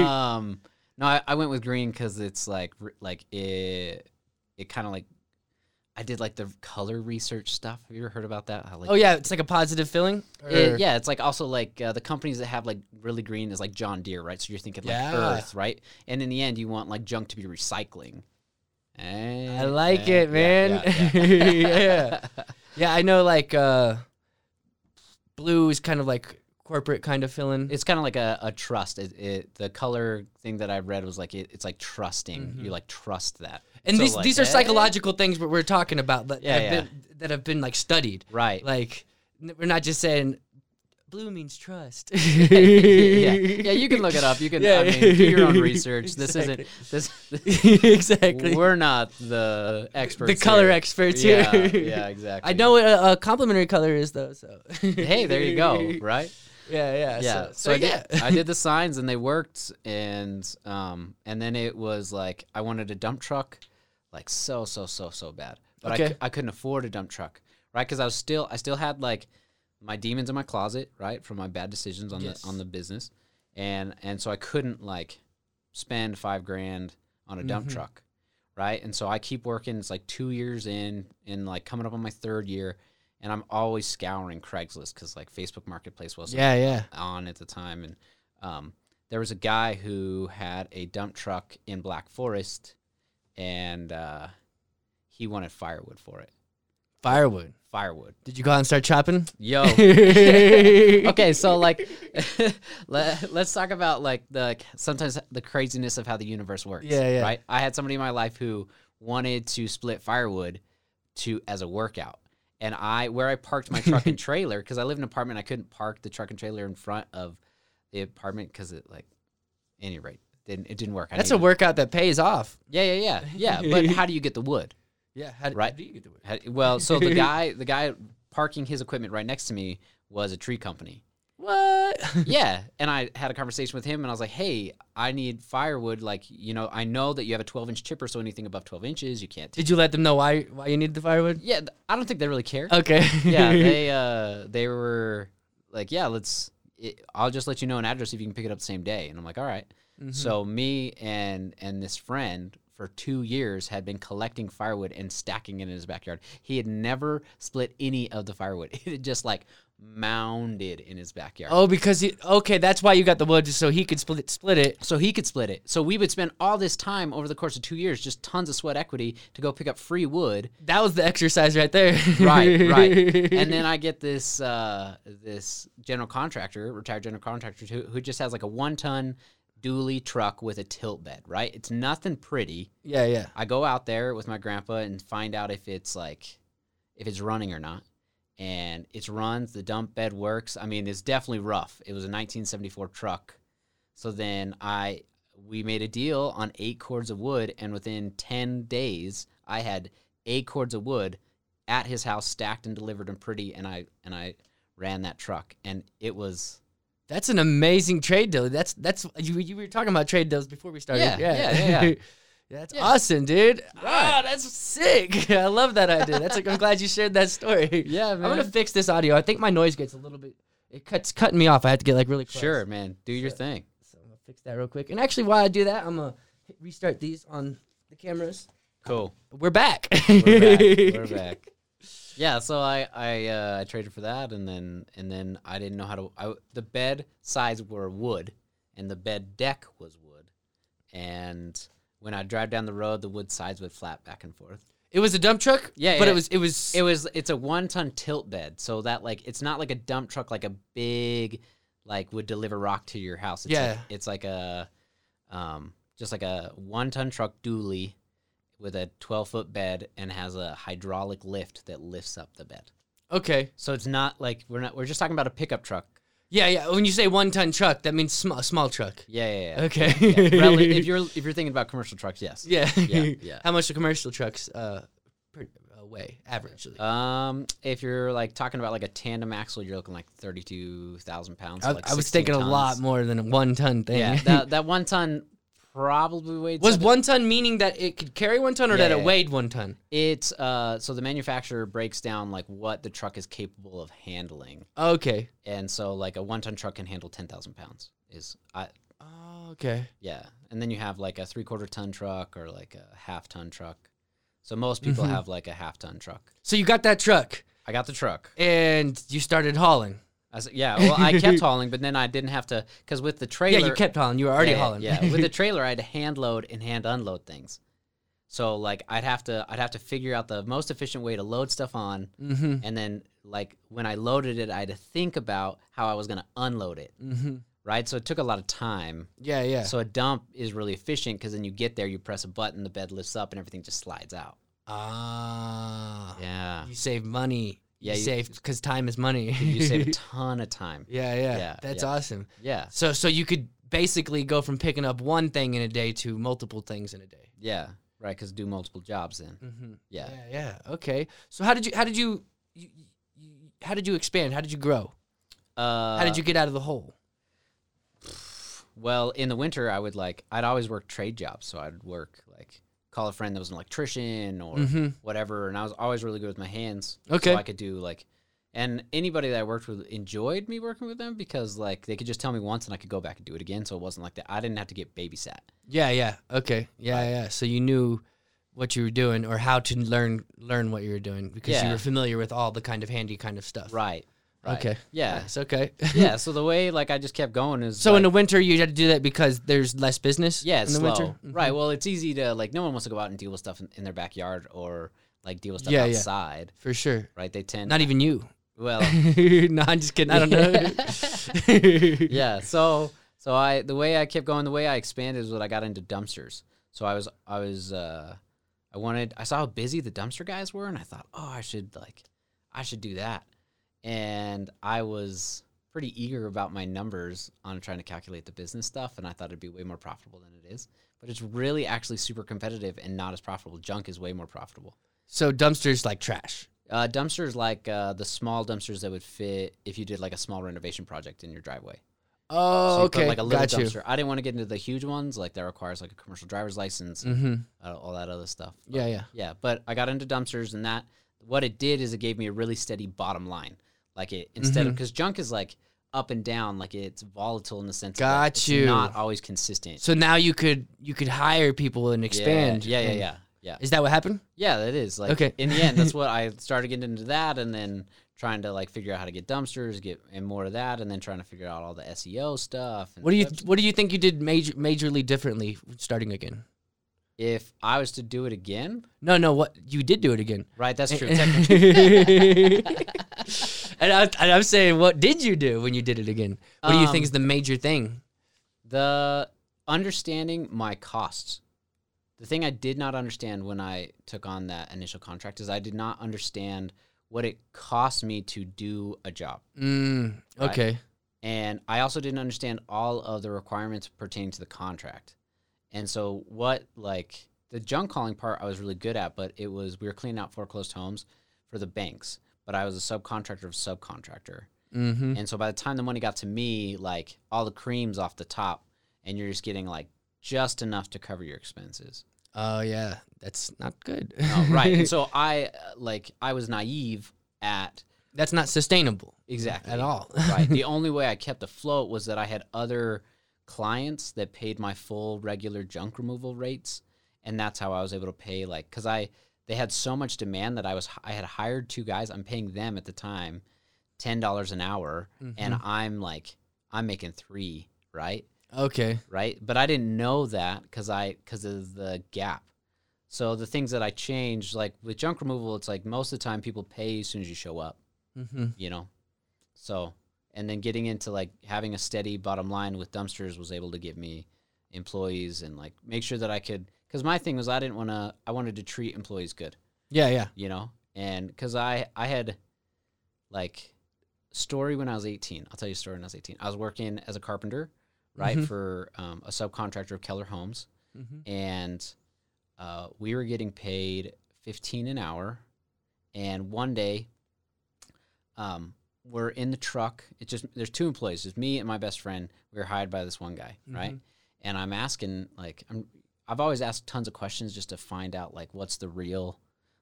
[SPEAKER 2] No, um, no, I, I went with green because it's like r- like it it kind of like I did like the color research stuff. Have you ever heard about that? How, like, Er,
[SPEAKER 1] oh yeah, it's like a positive feeling.
[SPEAKER 2] It-
[SPEAKER 1] Or-
[SPEAKER 2] yeah, it's like also like uh, the companies that have like really green is like John Deere, right? So you're thinking like
[SPEAKER 1] Yeah.
[SPEAKER 2] Earth, right? And in the end, you want like junk to be recycling.
[SPEAKER 1] I
[SPEAKER 2] And-
[SPEAKER 1] like
[SPEAKER 2] and-
[SPEAKER 1] it,
[SPEAKER 2] yeah,
[SPEAKER 1] man.
[SPEAKER 2] yeah,
[SPEAKER 1] Yeah,
[SPEAKER 2] yeah.
[SPEAKER 1] Yeah, I know. Like uh, blue is kind of like corporate kind of feeling.
[SPEAKER 2] it's kind of like a, a trust. It, it, the color thing that I read was like it, it's like trusting. You like trust that.
[SPEAKER 1] Mm-hmm. and
[SPEAKER 2] So,
[SPEAKER 1] these
[SPEAKER 2] like, eh,
[SPEAKER 1] these are
[SPEAKER 2] hey.
[SPEAKER 1] psychological things that we're talking about that,
[SPEAKER 2] Yeah,
[SPEAKER 1] have
[SPEAKER 2] yeah.
[SPEAKER 1] Been, that have been like studied.
[SPEAKER 2] right?
[SPEAKER 1] Like n- we're not just saying blue means trust.
[SPEAKER 2] yeah, yeah. You can look it up. You can.
[SPEAKER 1] Yeah.
[SPEAKER 2] I mean, do your own research. This
[SPEAKER 1] Exactly.
[SPEAKER 2] isn't this.
[SPEAKER 1] exactly.
[SPEAKER 2] We're not the experts.
[SPEAKER 1] the color
[SPEAKER 2] here.
[SPEAKER 1] experts
[SPEAKER 2] Yeah,
[SPEAKER 1] here.
[SPEAKER 2] yeah, exactly.
[SPEAKER 1] I know what a, a complimentary color is though. So
[SPEAKER 2] Hey, there you go. Right.
[SPEAKER 1] Yeah, yeah.
[SPEAKER 2] yeah.
[SPEAKER 1] So,
[SPEAKER 2] So,
[SPEAKER 1] so
[SPEAKER 2] I,
[SPEAKER 1] yeah.
[SPEAKER 2] did, I did the signs and they worked, and um, and then it was like I wanted a dump truck, like so so so so bad, but I,
[SPEAKER 1] Okay.
[SPEAKER 2] cou- I couldn't afford a dump truck, right? Because I was still I still had like my demons in my closet, right, from my bad decisions on
[SPEAKER 1] Yes.
[SPEAKER 2] the on the business, and and so I couldn't like spend five grand on a dump
[SPEAKER 1] Mhm.
[SPEAKER 2] truck, right? And so I keep working. It's like two years in, and like coming up on my third year. And I'm always scouring Craigslist because like Facebook Marketplace wasn't
[SPEAKER 1] yeah, yeah.
[SPEAKER 2] on at the time, and um, there was a guy who had a dump truck in Black Forest, and uh, he wanted firewood for it.
[SPEAKER 1] Firewood.
[SPEAKER 2] Firewood,
[SPEAKER 1] Did you go out and start chopping?
[SPEAKER 2] yo.
[SPEAKER 1] okay.
[SPEAKER 2] okay, so like, let, let's talk about like the like, sometimes the craziness of how the universe works.
[SPEAKER 1] Yeah, yeah.
[SPEAKER 2] Right. I had somebody in my life who wanted to split firewood to as a workout. And I, where I parked my truck and trailer, because I live in an apartment, I couldn't park the truck and trailer in front of the apartment because it, like, any rate, didn't it didn't work. I
[SPEAKER 1] That's a
[SPEAKER 2] needed-
[SPEAKER 1] workout that pays off.
[SPEAKER 2] Yeah, yeah, yeah, yeah. But how do you get the wood?
[SPEAKER 1] Yeah. How,
[SPEAKER 2] Right.
[SPEAKER 1] do you get to work?
[SPEAKER 2] How- well, so the guy, the guy parking his equipment right next to me was a tree company.
[SPEAKER 1] What?
[SPEAKER 2] yeah and i had a conversation with him and i was like hey i need firewood like you know i know that you have a 12 inch chipper so anything above 12 inches you can't take
[SPEAKER 1] Did you let them know why why you needed the firewood?
[SPEAKER 2] yeah th- i don't think they really care
[SPEAKER 1] Okay.
[SPEAKER 2] yeah they uh they were like yeah let's it, i'll just let you know an address if you can pick it up the same day and i'm like all right." so me and and this friend for two years had been collecting firewood and stacking it in his backyard he had never split any of the firewood it had just like mounded in his backyard.
[SPEAKER 1] Oh, because he, okay, that's why you got the wood, just so he could split split it.
[SPEAKER 2] So he could split it. So we would spend all this time over the course of two years, just tons of sweat equity to go pick up free wood.
[SPEAKER 1] That was the exercise right there.
[SPEAKER 2] Right, right. And then I get this uh, this general contractor, retired general contractor, who, who just has like a one ton dually truck with a tilt bed. Right, it's nothing pretty.
[SPEAKER 1] yeah, yeah.
[SPEAKER 2] I go out there with my grandpa and find out if it's like if it's running or not. And it's runs, the dump bed works. I mean, it's definitely rough. It was a 1974 truck. So then I we made a deal on 8 cords of wood and within 10 days I had 8 cords of wood at his house stacked and delivered and pretty and I and I ran that truck and it was
[SPEAKER 1] That's an amazing trade deal. That's that's you, you were talking about trade deals before we started.
[SPEAKER 2] Yeah, yeah, yeah, yeah.
[SPEAKER 1] That's
[SPEAKER 2] Yeah.
[SPEAKER 1] awesome, dude. Wow, that's sick. I love that idea. That's like I'm glad you shared that story.
[SPEAKER 2] Yeah,
[SPEAKER 1] I'm gonna
[SPEAKER 2] man.
[SPEAKER 1] fix this audio. I think my noise gets a little bit it cuts cutting me off. I have to get like really close.
[SPEAKER 2] sure, man, do your thing.
[SPEAKER 1] So I'm gonna fix that real quick. And actually while I do that, I'm gonna hit- restart these on the cameras.
[SPEAKER 2] Cool.
[SPEAKER 1] We're back.
[SPEAKER 2] We're back. We're back. Yeah, so I I uh, I traded for that, and then and then I didn't know how to. I, the bed sides were wood, and the bed deck was wood, and when I drive down the road, the wood sides would flap back and forth.
[SPEAKER 1] It was a dump truck.
[SPEAKER 2] Yeah,
[SPEAKER 1] but
[SPEAKER 2] yeah.
[SPEAKER 1] it was it was
[SPEAKER 2] It was it's a one ton tilt bed, so that like it's not like a dump truck, like a big like would deliver rock to your house. It's like,
[SPEAKER 1] Yeah.
[SPEAKER 2] it's like a um just like a one ton truck dually with a twelve foot bed and has a hydraulic lift that lifts up the bed.
[SPEAKER 1] okay.
[SPEAKER 2] So it's not like we're not we're just talking about a pickup truck.
[SPEAKER 1] Yeah, yeah. When you say one ton truck, that means small small truck.
[SPEAKER 2] Yeah, yeah, yeah.
[SPEAKER 1] Okay.
[SPEAKER 2] Rel- if you're if you're thinking about commercial trucks, yes.
[SPEAKER 1] Yeah.
[SPEAKER 2] Yeah, yeah.
[SPEAKER 1] How much do commercial trucks uh, per, uh weigh averagely?
[SPEAKER 2] Um, if you're like talking about like a tandem axle, you're looking like thirty-two thousand pounds. so
[SPEAKER 1] I,
[SPEAKER 2] like
[SPEAKER 1] I was
[SPEAKER 2] 16
[SPEAKER 1] thinking a
[SPEAKER 2] tons.
[SPEAKER 1] lot more than a one ton thing.
[SPEAKER 2] Yeah, that, that one ton probably weighed.
[SPEAKER 1] was
[SPEAKER 2] seven-
[SPEAKER 1] one ton meaning that it could carry one ton, or
[SPEAKER 2] Yeah,
[SPEAKER 1] that
[SPEAKER 2] yeah,
[SPEAKER 1] it weighed one ton?
[SPEAKER 2] it's uh so the manufacturer breaks down like what the truck is capable of handling,
[SPEAKER 1] Okay.
[SPEAKER 2] and so like a one ton truck can handle ten thousand pounds. Is I Oh,
[SPEAKER 1] Okay.
[SPEAKER 2] yeah, and then you have like a three quarter ton truck or like a half ton truck. So most people
[SPEAKER 1] Mm-hmm.
[SPEAKER 2] have like a half ton truck.
[SPEAKER 1] So you got that truck
[SPEAKER 2] I got the truck.
[SPEAKER 1] and you started hauling.
[SPEAKER 2] I was, yeah, well, I kept hauling, but then I didn't have to because with the trailer,
[SPEAKER 1] Yeah, you kept hauling. You were already
[SPEAKER 2] yeah,
[SPEAKER 1] hauling.
[SPEAKER 2] Yeah, with the trailer, I had to hand load and hand unload things. So like, I'd have to I'd have to figure out the most efficient way to load stuff on,
[SPEAKER 1] mm-hmm.
[SPEAKER 2] and then like when I loaded it, I had to think about how I was gonna unload it.
[SPEAKER 1] Mm-hmm.
[SPEAKER 2] Right, so it took a lot of time.
[SPEAKER 1] Yeah. Yeah.
[SPEAKER 2] So a dump is really efficient because then you get there, you press a button, the bed lifts up, and everything just slides out.
[SPEAKER 1] Ah.
[SPEAKER 2] Yeah,
[SPEAKER 1] You save money.
[SPEAKER 2] Yeah,
[SPEAKER 1] you,
[SPEAKER 2] you-
[SPEAKER 1] save because time is money.
[SPEAKER 2] you save a ton of time.
[SPEAKER 1] yeah, yeah.
[SPEAKER 2] Yeah,
[SPEAKER 1] That's
[SPEAKER 2] yeah.
[SPEAKER 1] awesome.
[SPEAKER 2] Yeah,
[SPEAKER 1] So so you could basically go from picking up one thing in a day to multiple things in a day.
[SPEAKER 2] yeah, right. Because do multiple jobs then.
[SPEAKER 1] Mm-hmm.
[SPEAKER 2] Yeah.
[SPEAKER 1] Yeah. yeah, Okay. So how did you how did you, you, you how did you expand? How did you grow?
[SPEAKER 2] Uh,
[SPEAKER 1] How did you get out of the hole?
[SPEAKER 2] Well, in the winter, I would like I'd always work trade jobs, so I'd work like call a friend that was an electrician or
[SPEAKER 1] Mhm.
[SPEAKER 2] whatever, and I was always really good with my hands.
[SPEAKER 1] Okay.
[SPEAKER 2] so I could do like, and anybody that I worked with enjoyed me working with them because like they could just tell me once and I could go back and do it again, so it wasn't like that. I didn't have to get babysat.
[SPEAKER 1] Yeah, yeah. Okay. Yeah, yeah. So you knew what you were doing or how to learn learn what you were doing because
[SPEAKER 2] Yeah.
[SPEAKER 1] you were familiar with all the kind of handy kind of stuff.
[SPEAKER 2] Right. right.
[SPEAKER 1] Okay.
[SPEAKER 2] Yeah.
[SPEAKER 1] It's okay.
[SPEAKER 2] yeah. So the way like I just kept going is
[SPEAKER 1] so in
[SPEAKER 2] like-
[SPEAKER 1] the winter you had to do that because there's less business.
[SPEAKER 2] yeah it's
[SPEAKER 1] in the
[SPEAKER 2] slow.
[SPEAKER 1] winter. Mm-hmm.
[SPEAKER 2] Right. Well, it's easy to like no one wants to go out and deal with stuff in, in their backyard or like deal with stuff
[SPEAKER 1] Yeah, yeah.
[SPEAKER 2] outside.
[SPEAKER 1] For sure.
[SPEAKER 2] Right. They tend
[SPEAKER 1] Not e- even you.
[SPEAKER 2] well.
[SPEAKER 1] no, I'm just kidding. I don't know.
[SPEAKER 2] yeah. So so I the way I kept going, the way I expanded is what I got into dumpsters. So I was I was uh I wanted I saw how busy the dumpster guys were and I thought, oh I should like I should do that. And I was pretty eager about my numbers on trying to calculate the business stuff and I thought it'd be way more profitable than it is. But it's really actually super competitive and not as profitable. Junk is way more profitable.
[SPEAKER 1] so dumpsters like trash.
[SPEAKER 2] Uh, dumpsters like uh, the small dumpsters that would fit if you did like a small renovation project in your driveway.
[SPEAKER 1] Oh,
[SPEAKER 2] So you put,
[SPEAKER 1] okay.
[SPEAKER 2] like a little
[SPEAKER 1] Got you.
[SPEAKER 2] dumpster. I didn't want to get into the huge ones, like that requires like a commercial driver's license,
[SPEAKER 1] Mm-hmm.
[SPEAKER 2] uh, all that other stuff. But-
[SPEAKER 1] Yeah, yeah.
[SPEAKER 2] yeah. But I got into dumpsters, and that what it did is it gave me a really steady bottom line. Like it instead
[SPEAKER 1] Mm-hmm.
[SPEAKER 2] of because junk is like up and down, like it's volatile in the sense.
[SPEAKER 1] Got
[SPEAKER 2] of that it's
[SPEAKER 1] you.
[SPEAKER 2] Not always consistent.
[SPEAKER 1] So now you could you could hire people and
[SPEAKER 2] Yeah,
[SPEAKER 1] expand.
[SPEAKER 2] Yeah, yeah,
[SPEAKER 1] and-
[SPEAKER 2] yeah, yeah. Yeah.
[SPEAKER 1] Is that what happened?
[SPEAKER 2] Yeah, that is like
[SPEAKER 1] Okay.
[SPEAKER 2] in the end. That's what I started getting into that, and then trying to like figure out how to get dumpsters, get and more of that, and then trying to figure out all the SEO stuff. And
[SPEAKER 1] What do you
[SPEAKER 2] web-
[SPEAKER 1] What do you think you did major majorly differently starting again?
[SPEAKER 2] if I was to do it again?
[SPEAKER 1] No, no. What you did do it again.
[SPEAKER 2] Right, that's true. technically.
[SPEAKER 1] and, I, and I'm saying, what did you do when you did it again? What do you
[SPEAKER 2] Um,
[SPEAKER 1] think is the major thing?
[SPEAKER 2] the understanding my costs. The thing I did not understand when I took on that initial contract is I did not understand what it cost me to do a job.
[SPEAKER 1] Mm,
[SPEAKER 2] Right.
[SPEAKER 1] okay.
[SPEAKER 2] and I also didn't understand all of the requirements pertaining to the contract. And so what like the junk calling part I was really good at, but it was we were cleaning out foreclosed homes for the banks, but I was a subcontractor of subcontractor.
[SPEAKER 1] Mm-hmm.
[SPEAKER 2] And so by the time the money got to me, like all the creams off the top and you're just getting like just enough to cover your expenses.
[SPEAKER 1] Oh yeah, that's not good.
[SPEAKER 2] Oh, right. and so I uh, like I was naive at
[SPEAKER 1] that's not sustainable
[SPEAKER 2] exactly
[SPEAKER 1] at all.
[SPEAKER 2] right. The only way I kept afloat was that I had other clients that paid my full regular junk removal rates, and that's how I was able to pay. Like, cause I they had so much demand that I was I had hired two guys. I'm paying them at the time ten dollars an hour,
[SPEAKER 1] Mm-hmm.
[SPEAKER 2] and I'm like I'm making three, right,
[SPEAKER 1] Okay.
[SPEAKER 2] right. But I didn't know that because I because of the gap. So the things that I changed, like with junk removal, it's like most of the time people pay as soon as you show up
[SPEAKER 1] Mm-hmm.
[SPEAKER 2] you know so and then getting into like having a steady bottom line with dumpsters was able to get me employees and like make sure that i could because my thing was i didn't want to i wanted to treat employees good
[SPEAKER 1] Yeah, yeah.
[SPEAKER 2] you know and because i i had like story when i was 18 i'll tell you a story when i was 18 i was working as a carpenter right
[SPEAKER 1] Mhm.
[SPEAKER 2] for um, a subcontractor of keller homes
[SPEAKER 1] Mm-hmm.
[SPEAKER 2] and uh, we were getting paid 15 an hour and one day um, we're in the truck it just there's two employees it's me and my best friend we were hired by this one guy right and i'm asking like i'm i've always asked tons of questions just to find out like what's the real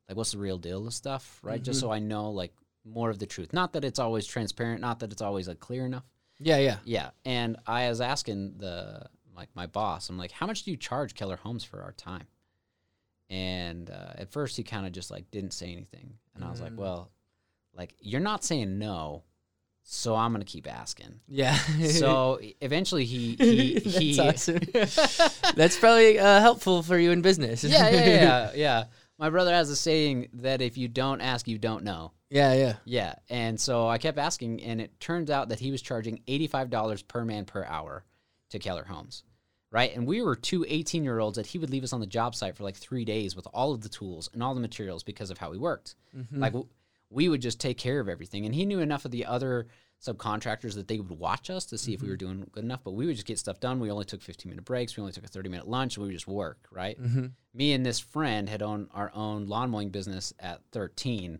[SPEAKER 2] like what's the real deal of stuff right just so i know like more of the truth not that it's always transparent not that it's always like clear enough
[SPEAKER 1] Yeah, yeah.
[SPEAKER 2] yeah, and I was asking the like my boss. I'm like, how much do you charge Keller Homes for our time? And uh, at first, he kind of just like didn't say anything, and I was like,
[SPEAKER 1] Mm.
[SPEAKER 2] well, like you're not saying no, so I'm gonna keep asking.
[SPEAKER 1] Yeah.
[SPEAKER 2] So e, eventually, he he
[SPEAKER 1] That's
[SPEAKER 2] he.
[SPEAKER 1] awesome. that's probably uh, helpful for you in business.
[SPEAKER 2] yeah, yeah, yeah, yeah. My brother has a saying that if you don't ask, you don't know.
[SPEAKER 1] yeah, yeah.
[SPEAKER 2] Yeah, and so I kept asking, and it turns out that he was charging eighty-five dollars per man per hour to Keller Homes, right? And we were two 18-year-olds that he would leave us on the job site for like three days with all of the tools and all the materials because of how he worked.
[SPEAKER 1] Mm-hmm.
[SPEAKER 2] Like w- we would just take care of everything, and he knew enough of the other subcontractors that they would watch us to see if we were doing good enough. But we would just get stuff done. We only took fifteen-minute breaks. We only took a thirty-minute lunch. We would just work, right?
[SPEAKER 1] mm-hmm.
[SPEAKER 2] me and this friend had owned our own lawn mowing business at 13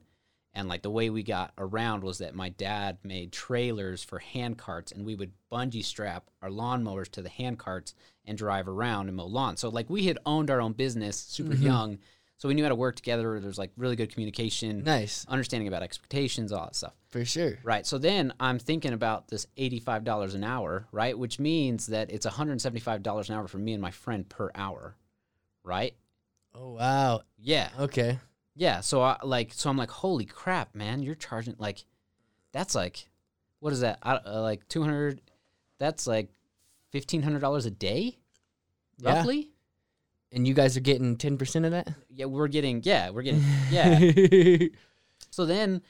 [SPEAKER 2] and like the way we got around was that my dad made trailers for hand carts and we would bungee strap our lawnmowers to the hand carts and drive around and mow lawn so like we had owned our own business super young so we knew how to work together there was like really good communication
[SPEAKER 1] Nice
[SPEAKER 2] understanding about expectations all that stuff
[SPEAKER 1] for sure.
[SPEAKER 2] Right. So then I'm thinking about this $85 an hour, right? Which means that it's $175 an hour for me and my friend per hour, right?
[SPEAKER 1] Oh wow.
[SPEAKER 2] Yeah.
[SPEAKER 1] Okay.
[SPEAKER 2] Yeah. So I like, so I'm like, holy crap, man, you're charging like, that's like, what is that? I, uh, like 200, that's like $1,500 a day,
[SPEAKER 1] Yeah.
[SPEAKER 2] roughly.
[SPEAKER 1] And you guys are getting ten percent of that.
[SPEAKER 2] Yeah. We're getting, yeah, we're getting, yeah. So then,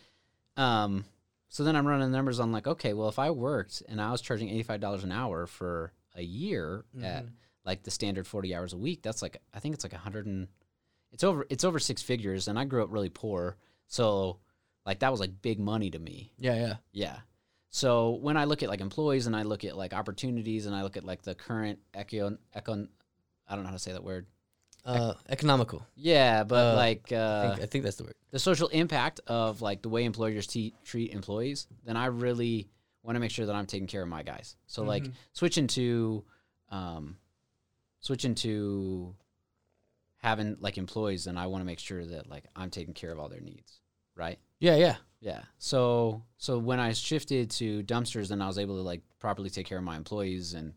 [SPEAKER 2] um, so then I'm running numbers on like, okay, well, if I worked and I was charging eighty five dollars an hour for a year at like the standard forty hours a week, that's like I think it's like a hundred and it's over it's over six figures, and I grew up really poor, so like that was like big money to me.
[SPEAKER 1] yeah, yeah.
[SPEAKER 2] Yeah. So when I look at like employees and I look at like opportunities and I look at like the current econ econ, I don't know how to say that word.
[SPEAKER 1] Uh, economical.
[SPEAKER 2] Yeah, but
[SPEAKER 1] Uh,
[SPEAKER 2] like uh,
[SPEAKER 1] I, think, I think that's the word.
[SPEAKER 2] the social impact of like the way employers te- treat employees, then I really want to make sure that I'm taking care of my guys. So
[SPEAKER 1] Mm-hmm.
[SPEAKER 2] like switching to, um, switching to having like employees, then I want to make sure that like I'm taking care of all their needs, right?
[SPEAKER 1] Yeah, yeah.
[SPEAKER 2] Yeah. So so when I shifted to dumpsters, then I was able to like properly take care of my employees and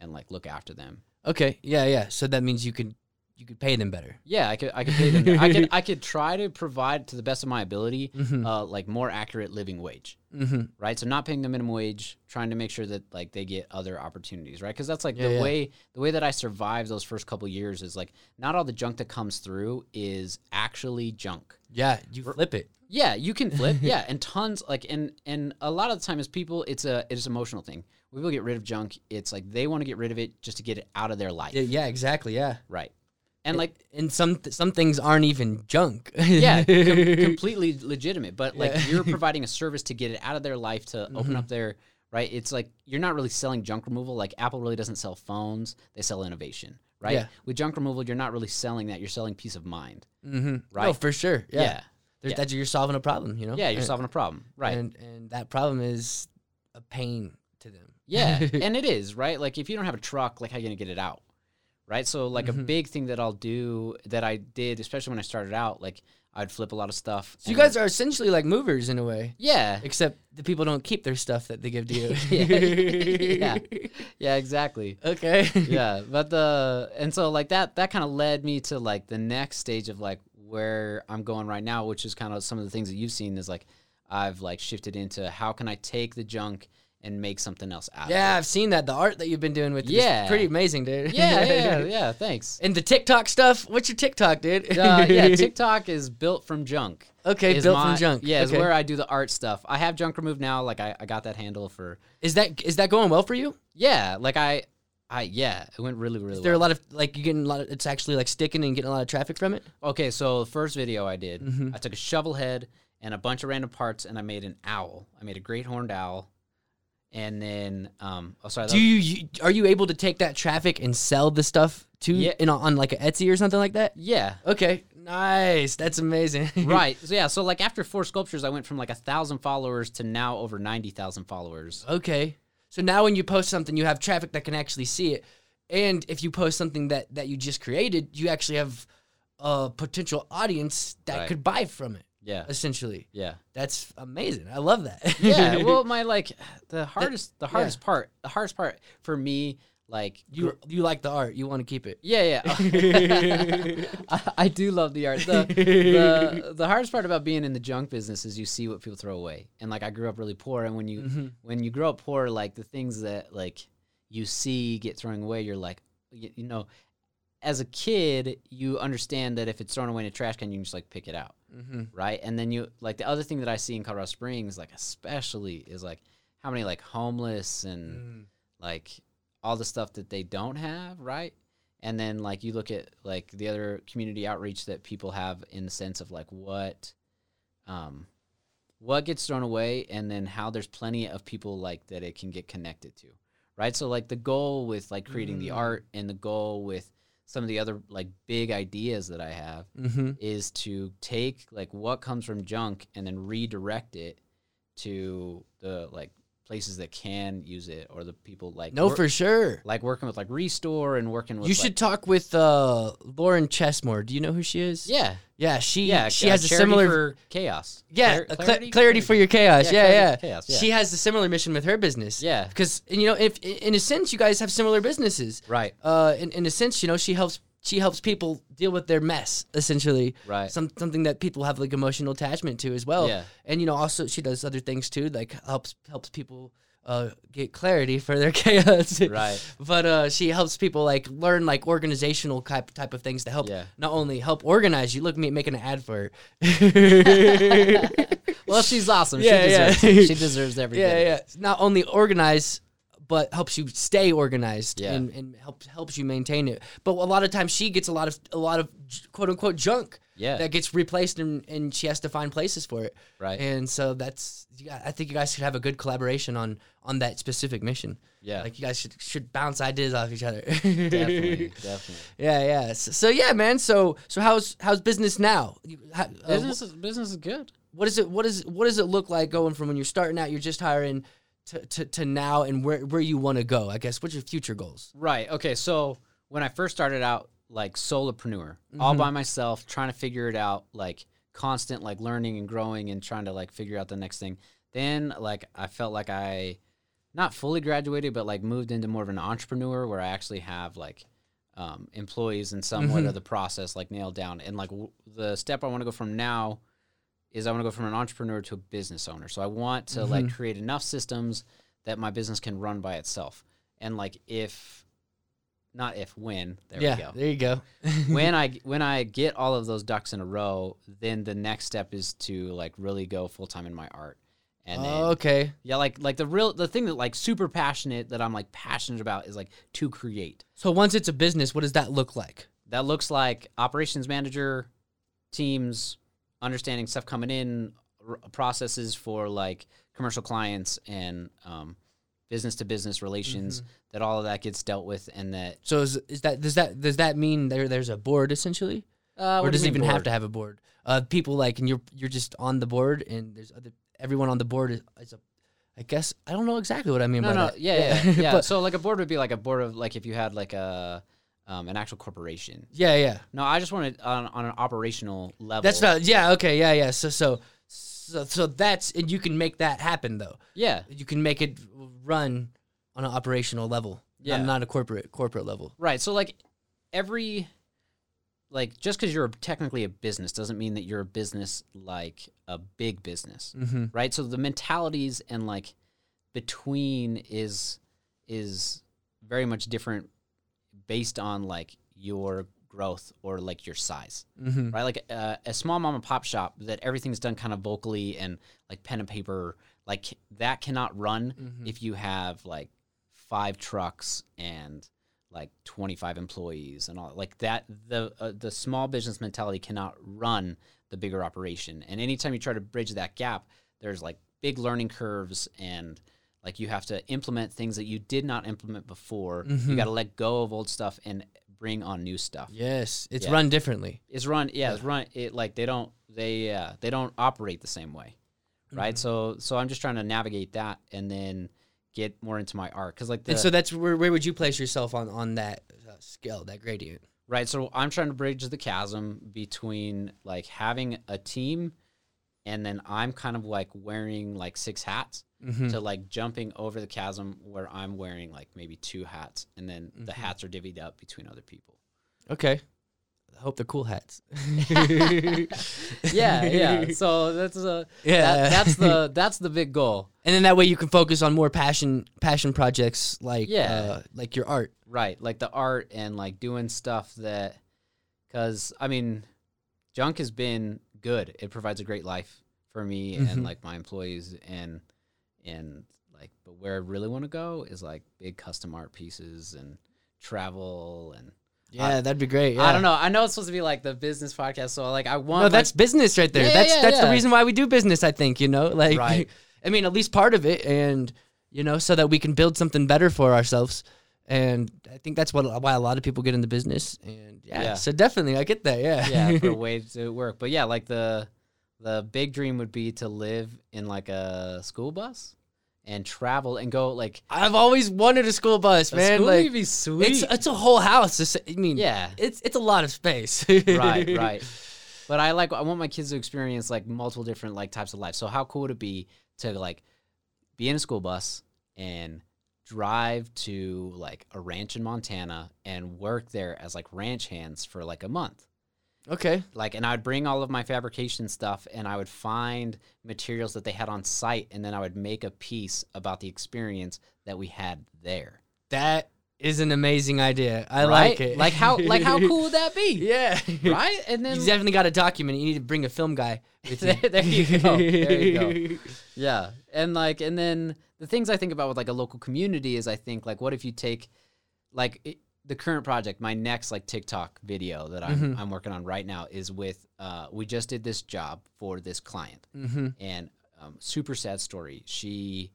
[SPEAKER 2] and like look after them.
[SPEAKER 1] Okay. Yeah, yeah. So that means you can you could pay them better.
[SPEAKER 2] Yeah, I could I could pay them. that. I could I could try to provide to the best of my ability uh, like more accurate living wage,
[SPEAKER 1] Mm-hmm.
[SPEAKER 2] right? So not paying the minimum wage, trying to make sure that like they get other opportunities, right? Because that's like
[SPEAKER 1] Yeah,
[SPEAKER 2] the
[SPEAKER 1] yeah.
[SPEAKER 2] way the way that I survived those first couple years is like not all the junk that comes through is actually junk.
[SPEAKER 1] Yeah, you flip it.
[SPEAKER 2] Yeah, you can flip. yeah, and tons like and and a lot of the time as people, it's a it's an emotional thing. When people get rid of junk, it's like they want to get rid of it just to get it out of their life,
[SPEAKER 1] Yeah, Eh, Yeah, exactly. Yeah,
[SPEAKER 2] right? And like
[SPEAKER 1] and some th- some things aren't even junk.
[SPEAKER 2] yeah, com- completely legitimate. But like
[SPEAKER 1] eh. Yeah. Mm-hmm.
[SPEAKER 2] you're providing a service to get it out of their life to open up their right. It's like you're not really selling junk removal. Like Apple really doesn't sell phones; they sell innovation, right?
[SPEAKER 1] Yeah.
[SPEAKER 2] With junk removal, you're not really selling that. You're selling peace of mind,
[SPEAKER 1] mm-hmm. No,
[SPEAKER 2] right?
[SPEAKER 1] for sure. Yeah, Eh.
[SPEAKER 2] yeah,
[SPEAKER 1] There-
[SPEAKER 2] yeah.
[SPEAKER 1] that you're solving a problem. You know.
[SPEAKER 2] Yeah, you're
[SPEAKER 1] And-
[SPEAKER 2] solving a problem, right?
[SPEAKER 1] And and that problem is a pain to them.
[SPEAKER 2] Yeah, and it is right. Like if you don't have a truck, like how you gonna get it out, right? So like
[SPEAKER 1] Mm-hmm.
[SPEAKER 2] a big thing that I'll do that I did, especially when I started out, like I'd flip a lot of stuff.
[SPEAKER 1] So you guys are essentially like movers in a way,
[SPEAKER 2] yeah,
[SPEAKER 1] except the people don't keep their stuff that they give to you.
[SPEAKER 2] Yeah. yeah, exactly.
[SPEAKER 1] Okay.
[SPEAKER 2] yeah, but the and so like that that kind of led me to like the next stage of like where I'm going right now, which is kind of some of the things that you've seen is like I've like shifted into how can I take the junk and make something else out
[SPEAKER 1] Yeah,
[SPEAKER 2] of
[SPEAKER 1] I've seen that. The art that you've been doing with it is
[SPEAKER 2] Yeah.
[SPEAKER 1] pretty amazing, dude.
[SPEAKER 2] it. Yeah, yeah, yeah, yeah. Thanks.
[SPEAKER 1] And the TikTok stuff. What's your TikTok, dude?
[SPEAKER 2] Uh, yeah, TikTok is built from junk.
[SPEAKER 1] okay,
[SPEAKER 2] is
[SPEAKER 1] built
[SPEAKER 2] my-
[SPEAKER 1] from junk.
[SPEAKER 2] Yeah,
[SPEAKER 1] okay.
[SPEAKER 2] is where I do the art stuff. I have junk removed now. Like I, I got that handle for.
[SPEAKER 1] Is that is that going well for you?
[SPEAKER 2] Yeah, like I, I yeah, it went really really
[SPEAKER 1] Is there a
[SPEAKER 2] well.
[SPEAKER 1] lot of like you getting a lot of it's actually like sticking and getting a Mm-hmm. lot of traffic from it?
[SPEAKER 2] okay, so the first video I did, I took a shovel head and a bunch of random parts, and I made an owl. I made a great horned owl, and then um, oh sorry, that
[SPEAKER 1] Do you, you are you able to take that traffic and sell the stuff to
[SPEAKER 2] Yeah.
[SPEAKER 1] in, on like an Etsy or something like that?
[SPEAKER 2] was- yeah.
[SPEAKER 1] Okay, nice. That's amazing.
[SPEAKER 2] Right. So yeah. So like after four sculptures, I went from like a thousand followers to now over ninety thousand followers.
[SPEAKER 1] Okay. So now when you post something, you have traffic that can actually see it. And if you post something that that you just created, you actually have a potential audience that
[SPEAKER 2] Right.
[SPEAKER 1] could buy from it.
[SPEAKER 2] Yeah.
[SPEAKER 1] Essentially,
[SPEAKER 2] Yeah.
[SPEAKER 1] that's amazing. I love that.
[SPEAKER 2] yeah well my like the hardest the hardest part the hardest part for me like
[SPEAKER 1] you you like the art. You want to keep it.
[SPEAKER 2] yeah yeah I, I do love the art the, the the hardest part about being in the junk business is you see what people throw away and like i grew up really poor and when you when you grow up poor like the things that like you see get thrown away you're like you, you know as a kid you understand that if it's thrown away in a trash can you can just like pick it out
[SPEAKER 1] Mm-hmm.
[SPEAKER 2] right? And then you like the other thing that I see in Colorado Springs, like especially, is like how many like homeless
[SPEAKER 1] Mm.
[SPEAKER 2] and like all the stuff that they don't have, right? And then like you look at like the other community outreach that people have in the sense of like what, um, what gets thrown away, and then how there's plenty of people like that it can get connected to, right? So like the goal with like creating the
[SPEAKER 1] Mm.
[SPEAKER 2] art and the goal with some of the other like big ideas that I have
[SPEAKER 1] Mm-hmm.
[SPEAKER 2] is to take like what comes from junk and then redirect it to the like places that can use it or the people like
[SPEAKER 1] No,
[SPEAKER 2] wor-
[SPEAKER 1] for sure.
[SPEAKER 2] like working with like restore and working with
[SPEAKER 1] You
[SPEAKER 2] like-
[SPEAKER 1] should talk with uh, Lauren Chessmore. Do you know who she is?
[SPEAKER 2] yeah
[SPEAKER 1] yeah. She
[SPEAKER 2] yeah
[SPEAKER 1] she
[SPEAKER 2] uh,
[SPEAKER 1] has a
[SPEAKER 2] Charity
[SPEAKER 1] similar
[SPEAKER 2] for chaos
[SPEAKER 1] yeah
[SPEAKER 2] Clar-
[SPEAKER 1] a cla- clarity, for your chaos.
[SPEAKER 2] Yeah,
[SPEAKER 1] Yeah, yeah.
[SPEAKER 2] Clarity for Chaos, yeah.
[SPEAKER 1] She has a similar mission with her business.
[SPEAKER 2] yeah
[SPEAKER 1] because you know if in a sense you guys have similar businesses
[SPEAKER 2] right
[SPEAKER 1] uh in, in a sense you know she helps she helps people deal with their mess essentially
[SPEAKER 2] right
[SPEAKER 1] Some, something that people have like emotional attachment to as well
[SPEAKER 2] Yeah.
[SPEAKER 1] and you know also she does other things too like helps helps people uh, get clarity for their chaos
[SPEAKER 2] Right.
[SPEAKER 1] but uh, she helps people like learn like organizational type type of things to help
[SPEAKER 2] Yeah.
[SPEAKER 1] not only help organize you look me making an ad for her
[SPEAKER 2] well she's awesome
[SPEAKER 1] Yeah,
[SPEAKER 2] she
[SPEAKER 1] yeah.
[SPEAKER 2] deserves it. she deserves every
[SPEAKER 1] yeah,
[SPEAKER 2] bit of
[SPEAKER 1] yeah. It's Not only organize, but helps you stay organized
[SPEAKER 2] Yeah.
[SPEAKER 1] and, and helps helps you maintain it. But a lot of times she gets a lot of a lot of j- quote unquote junk
[SPEAKER 2] Yeah.
[SPEAKER 1] that gets replaced and, and she has to find places for it.
[SPEAKER 2] Right.
[SPEAKER 1] And so that's you got- I think you guys should have a good collaboration on on that specific mission.
[SPEAKER 2] Yeah.
[SPEAKER 1] Like you guys should should bounce ideas off each other.
[SPEAKER 2] it. definitely definitely
[SPEAKER 1] Yeah, yeah. So, so yeah, man. So so how's how's business now? You- How, uh,
[SPEAKER 2] business is, business is good
[SPEAKER 1] what is it what is what does it look like going from when you're starting out you're just hiring to, to, to now and where, where you want to go i guess what's your future goals
[SPEAKER 2] Right. Okay. So when I first started out, like solopreneur, all by myself, trying to figure it out, like constant, like learning and growing and trying to like figure out the next thing. Then like I felt like I, not fully graduated, but like moved into more of an entrepreneur where I actually have like um, employees and somewhat of the process like nailed down. And like w- the step I want to go from now is I want to go from an entrepreneur to a business owner. So I want to like create enough systems that my business can run by itself. And like if not if when there
[SPEAKER 1] yeah,
[SPEAKER 2] we go
[SPEAKER 1] there you go.
[SPEAKER 2] when I when I get all of those ducks in a row, then the next step is to like really go full time in my art. And then,
[SPEAKER 1] okay.
[SPEAKER 2] yeah, like like the real the thing that like super passionate that I'm like passionate about is like to create.
[SPEAKER 1] So once it's a business, what does that look like?
[SPEAKER 2] That looks like operations manager, teams, understanding stuff coming in, r- processes for like commercial clients and um, business to business relations.
[SPEAKER 1] Mm-hmm.
[SPEAKER 2] That all of that gets dealt with, and that
[SPEAKER 1] So is, is that does that does that mean there there's a board essentially,
[SPEAKER 2] uh,
[SPEAKER 1] or does it even have
[SPEAKER 2] to.
[SPEAKER 1] to have a board? Uh, people like and you're you're just on the board and there's other everyone on the board is, is a, I guess I don't know exactly what I mean
[SPEAKER 2] No,
[SPEAKER 1] by
[SPEAKER 2] no,
[SPEAKER 1] that.
[SPEAKER 2] yeah, yeah, yeah.
[SPEAKER 1] but,
[SPEAKER 2] so like a board would be like a board of like if you had like a um, an actual corporation.
[SPEAKER 1] yeah, yeah.
[SPEAKER 2] No, I just wanted on, on an operational level.
[SPEAKER 1] That's not yeah okay yeah yeah so so so so that's and you can make that happen though.
[SPEAKER 2] Yeah,
[SPEAKER 1] You can make it run on an operational level,
[SPEAKER 2] Yeah.
[SPEAKER 1] not, not a corporate corporate level.
[SPEAKER 2] right. So like every like just because you're technically a business doesn't mean that you're a business like a big business,
[SPEAKER 1] Mm-hmm.
[SPEAKER 2] right? So the mentalities and like between is is very much different based on like your growth or like your size.
[SPEAKER 1] Mm-hmm.
[SPEAKER 2] right? Like uh, a small mom and pop shop that everything's done kind of vocally and like pen and paper, like that cannot run
[SPEAKER 1] mm-hmm.
[SPEAKER 2] if you have like five trucks and like 25 employees and all like that the uh, the small business mentality cannot run the bigger operation and anytime you try to bridge that gap there's like big learning curves and like you have to implement things that you did not implement before you got to let go of old stuff and bring on new stuff
[SPEAKER 1] Yes, it's
[SPEAKER 2] Yeah.
[SPEAKER 1] run differently.
[SPEAKER 2] it's run yeah, it's run it like they don't they uh, they don't operate the same way
[SPEAKER 1] Mm-hmm.
[SPEAKER 2] right so so i'm just trying to navigate that and then get more into my art because like the,
[SPEAKER 1] and so that's where, where would you place yourself on on that uh, scale, that gradient?
[SPEAKER 2] right so i'm trying to bridge the chasm between like having a team and then i'm kind of like wearing like six hats
[SPEAKER 1] Mm-hmm.
[SPEAKER 2] to like jumping over the chasm where i'm wearing like maybe two hats and then the
[SPEAKER 1] Mm-hmm.
[SPEAKER 2] hats are divvied up between other people
[SPEAKER 1] Okay. I hope they're cool hats.
[SPEAKER 2] yeah yeah so that's a
[SPEAKER 1] Yeah.
[SPEAKER 2] that, that's the that's the big goal
[SPEAKER 1] and then that way you can focus on more passion passion projects like
[SPEAKER 2] Yeah.
[SPEAKER 1] uh, like your art.
[SPEAKER 2] Right, like the art and like doing stuff that, because I mean, junk has been good. It provides a great life for me
[SPEAKER 1] Mm-hmm.
[SPEAKER 2] and like my employees and and like, but where I really want to go is like big custom art pieces and travel and
[SPEAKER 1] Yeah, Uh, that'd be great.
[SPEAKER 2] I
[SPEAKER 1] yeah.
[SPEAKER 2] don't know. I know it's supposed to be like the business podcast, so like I want
[SPEAKER 1] No,
[SPEAKER 2] like,
[SPEAKER 1] that's business right there.
[SPEAKER 2] Yeah,
[SPEAKER 1] that's
[SPEAKER 2] yeah,
[SPEAKER 1] that's the
[SPEAKER 2] yeah.
[SPEAKER 1] reason why we do business. I think you know, like,
[SPEAKER 2] Right.
[SPEAKER 1] I mean, at least part of it, and you know, so that we can build something better for ourselves. And I think that's what why a lot of people get into business. And yeah,
[SPEAKER 2] Yeah.
[SPEAKER 1] so definitely, I get that. Yeah,
[SPEAKER 2] yeah for a way to work. But yeah, like the the big dream would be to live in like a school bus and travel and go like.
[SPEAKER 1] I've always wanted a school bus, man.
[SPEAKER 2] school
[SPEAKER 1] like,
[SPEAKER 2] would be sweet.
[SPEAKER 1] it's it's a whole house. It's- I mean,
[SPEAKER 2] Yeah.
[SPEAKER 1] it's it's a lot of space.
[SPEAKER 2] right, right. But I like I want my kids to experience like multiple different like types of life. So how cool would it be to like be in a school bus and drive to like a ranch in Montana and work there as like ranch hands for like a month.
[SPEAKER 1] Okay.
[SPEAKER 2] Like and I would bring all of my fabrication stuff and I would find materials that they had on site and then I would make a piece about the experience that we had there.
[SPEAKER 1] That is an amazing idea. I
[SPEAKER 2] right?
[SPEAKER 1] like it.
[SPEAKER 2] Like how like how cool would that be?
[SPEAKER 1] yeah.
[SPEAKER 2] Right? And then
[SPEAKER 1] You definitely got to document. it. You need to bring a film guy with you.
[SPEAKER 2] There you go. There you Yeah. And like and then the things I think about with like a local community is I think like what if you take like it, the current project, my next like TikTok video that I'm I'm working on right now is with uh we just did this job for this client
[SPEAKER 1] Mm-hmm.
[SPEAKER 2] and um, super sad story. She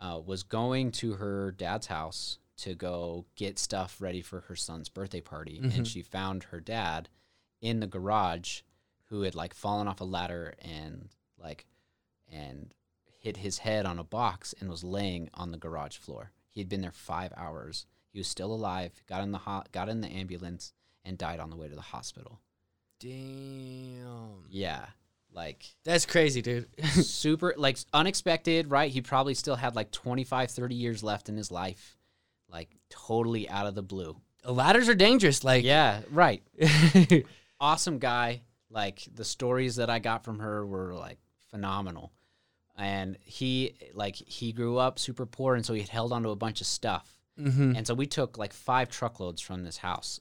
[SPEAKER 2] uh, was going to her dad's house to go get stuff ready for her son's birthday party, and she found her dad in the garage, who had like fallen off a ladder and like and hit his head on a box and was laying on the garage floor. He had been there five hours. He was still alive. Got in the ho- got in the ambulance and died on the way to the hospital.
[SPEAKER 1] Damn.
[SPEAKER 2] Yeah, like
[SPEAKER 1] That's crazy, dude.
[SPEAKER 2] super like unexpected right he probably still had like 25 30 years left in his life like totally out of the blue
[SPEAKER 1] ladders are dangerous. Like,
[SPEAKER 2] Yeah, right.
[SPEAKER 1] yeah,
[SPEAKER 2] Awesome guy. Like the stories that I got from her were like phenomenal. And he like he grew up super poor and so he held onto a bunch of stuff.
[SPEAKER 1] hmm
[SPEAKER 2] And so we took like five truckloads from this house.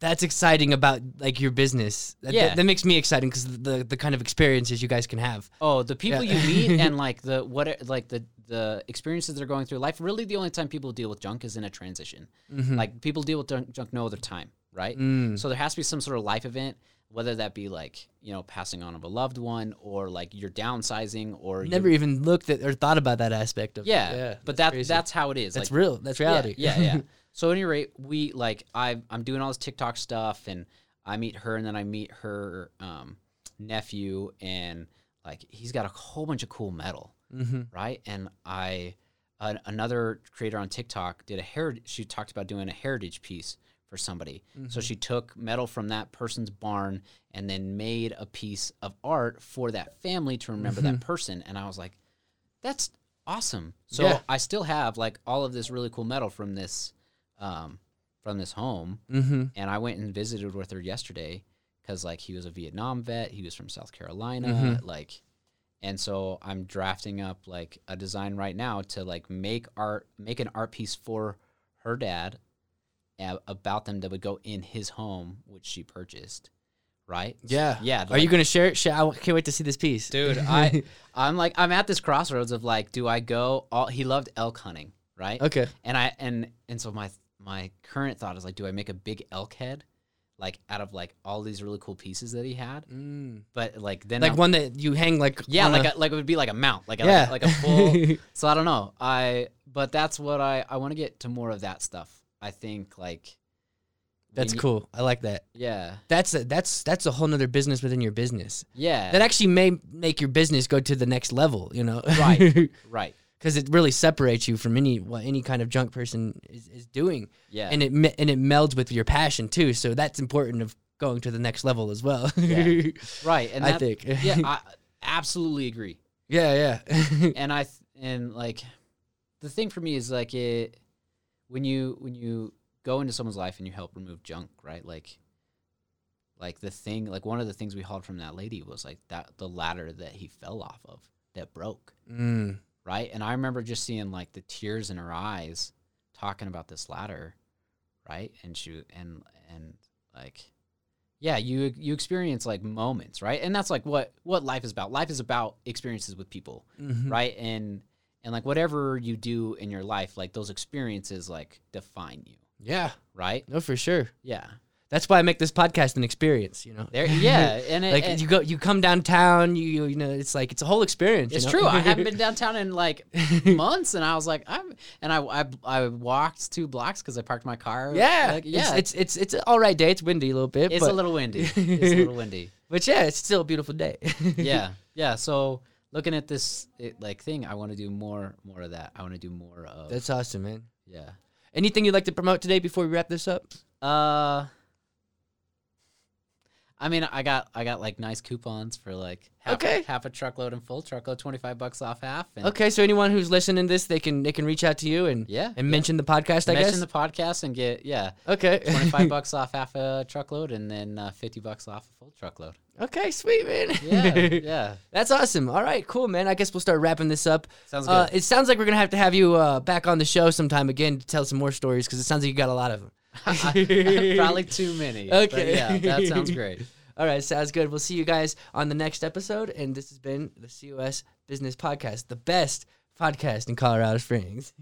[SPEAKER 1] that's exciting about like your business. That,
[SPEAKER 2] Yeah.
[SPEAKER 1] that, that makes me excited because the the kind of experiences you guys can have.
[SPEAKER 2] Oh, the people
[SPEAKER 1] Yeah.
[SPEAKER 2] you meet and like the what it- like the the experiences they're going through life. Really, the only time people deal with junk is in a transition.
[SPEAKER 1] Mhm.
[SPEAKER 2] Like people deal with junk, junk no other time, right?
[SPEAKER 1] Mm.
[SPEAKER 2] So there has to be some sort of life event, whether that be like you know passing on of a loved one or like you're downsizing or
[SPEAKER 1] Never
[SPEAKER 2] you're,
[SPEAKER 1] even looked at or thought about that aspect of. it.
[SPEAKER 2] yeah. but that
[SPEAKER 1] crazy.
[SPEAKER 2] that's how it is.
[SPEAKER 1] that's
[SPEAKER 2] like,
[SPEAKER 1] real. That's reality.
[SPEAKER 2] yeah, yeah, yeah. so at any rate, we like I I'm doing all this TikTok stuff, and I meet her, and then I meet her um, nephew, and like he's got a whole bunch of cool metal,
[SPEAKER 1] hmm
[SPEAKER 2] right? And I an, another creator on TikTok did a heritage. She talked about doing a heritage piece for somebody, so she took metal from that person's barn and then made a piece of art for that family to remember that person. And I was like, that's awesome. So
[SPEAKER 1] Yeah.
[SPEAKER 2] I still have like all of this really cool metal from this um, from this home,
[SPEAKER 1] hmm
[SPEAKER 2] and I went and visited with her yesterday because like he was a Vietnam vet, he was from South Carolina,
[SPEAKER 1] Mm-hmm.
[SPEAKER 2] like, and so I'm drafting up like a design right now to like make art, make an art piece for her dad a- about them that would go in his home, which she purchased, right?
[SPEAKER 1] Yeah.
[SPEAKER 2] yeah.
[SPEAKER 1] Are you gonna share it? Share, I can't wait to see this piece,
[SPEAKER 2] dude i i'm like i'm at this crossroads of like do i go all he loved elk hunting right
[SPEAKER 1] okay.
[SPEAKER 2] and i and and so my my current thought is like do i make a big elk head like out of like all these really cool pieces that he had
[SPEAKER 1] Mm.
[SPEAKER 2] but like then
[SPEAKER 1] Like
[SPEAKER 2] I'm-
[SPEAKER 1] one that you hang like.
[SPEAKER 2] yeah
[SPEAKER 1] on
[SPEAKER 2] like a, like it would be like a mount like a,
[SPEAKER 1] Yeah.
[SPEAKER 2] like, a full so i don't know i but that's what i i want to get to more of that stuff i think like
[SPEAKER 1] that's
[SPEAKER 2] when you-
[SPEAKER 1] cool. I like that.
[SPEAKER 2] yeah
[SPEAKER 1] That's a, that's that's a whole nother business within your business.
[SPEAKER 2] yeah
[SPEAKER 1] That actually may make your business go to the next level. You know,
[SPEAKER 2] Right. right
[SPEAKER 1] Because it really separates you from any what any kind of junk person is, is doing,
[SPEAKER 2] yeah
[SPEAKER 1] and it me- and it melds with your passion too. So that's important of going to the next level as well.
[SPEAKER 2] Yeah. right and
[SPEAKER 1] I
[SPEAKER 2] that-
[SPEAKER 1] think.
[SPEAKER 2] yeah i absolutely agree
[SPEAKER 1] yeah, yeah.
[SPEAKER 2] and I th- and like the thing for me is like it when you when you go into someone's life and you help remove junk, right? Like like the thing like one of the things we hauled from that lady was like that the ladder that he fell off of that broke,
[SPEAKER 1] mm.
[SPEAKER 2] right? And I remember just seeing like the tears in her eyes talking about this ladder, right? And she and and like yeah, you you experience like moments, right? And that's like what what life is about. Life is about experiences with people
[SPEAKER 1] Mhm.
[SPEAKER 2] right and and like whatever you do in your life like those experiences like define you
[SPEAKER 1] Yeah.
[SPEAKER 2] right
[SPEAKER 1] No, for sure.
[SPEAKER 2] yeah
[SPEAKER 1] That's why I make this podcast an experience. You know.
[SPEAKER 2] there yeah and it,
[SPEAKER 1] like
[SPEAKER 2] and
[SPEAKER 1] you go, you come downtown. You you- you know, it's like it's a whole experience. you
[SPEAKER 2] it's
[SPEAKER 1] know?
[SPEAKER 2] true i haven't been downtown in like months and i was like i'm and i i, I walked two blocks because i parked my car
[SPEAKER 1] yeah,
[SPEAKER 2] like, yeah
[SPEAKER 1] It's,
[SPEAKER 2] it's,
[SPEAKER 1] it's it's it's an all right day. It's windy a little bit, but,
[SPEAKER 2] a little windy it's a little windy
[SPEAKER 1] but yeah, it's still a beautiful day.
[SPEAKER 2] yeah yeah so looking at this it, like thing i want to do more more of that i want to do more of
[SPEAKER 1] that's awesome, man.
[SPEAKER 2] yeah
[SPEAKER 1] Anything you'd like to promote today before we wrap this up?
[SPEAKER 2] Uh, I mean, I got I got like nice coupons for like half,
[SPEAKER 1] Okay.
[SPEAKER 2] half a truckload and full truckload, twenty five bucks off half. And
[SPEAKER 1] Okay, so anyone who's listening to this, they can they can reach out to you and
[SPEAKER 2] Yeah,
[SPEAKER 1] and mention the podcast. I guess.
[SPEAKER 2] mention the podcast and get yeah
[SPEAKER 1] okay.
[SPEAKER 2] twenty five bucks off half a truckload and then uh, fifty bucks off a full truckload.
[SPEAKER 1] okay, sweet man.
[SPEAKER 2] Yeah, yeah,
[SPEAKER 1] That's awesome. All right, cool, man. I guess we'll start wrapping this up.
[SPEAKER 2] Sounds
[SPEAKER 1] Uh,
[SPEAKER 2] good.
[SPEAKER 1] it sounds like we're gonna have to have you uh, back on the show sometime again to tell some more stories because it sounds like you got a lot of them.
[SPEAKER 2] Probably too many. but
[SPEAKER 1] Okay.
[SPEAKER 2] yeah, that sounds great.
[SPEAKER 1] All right, sounds good. We'll see you guys on the next episode. And this has been the COS Business Podcast, the best podcast in Colorado Springs.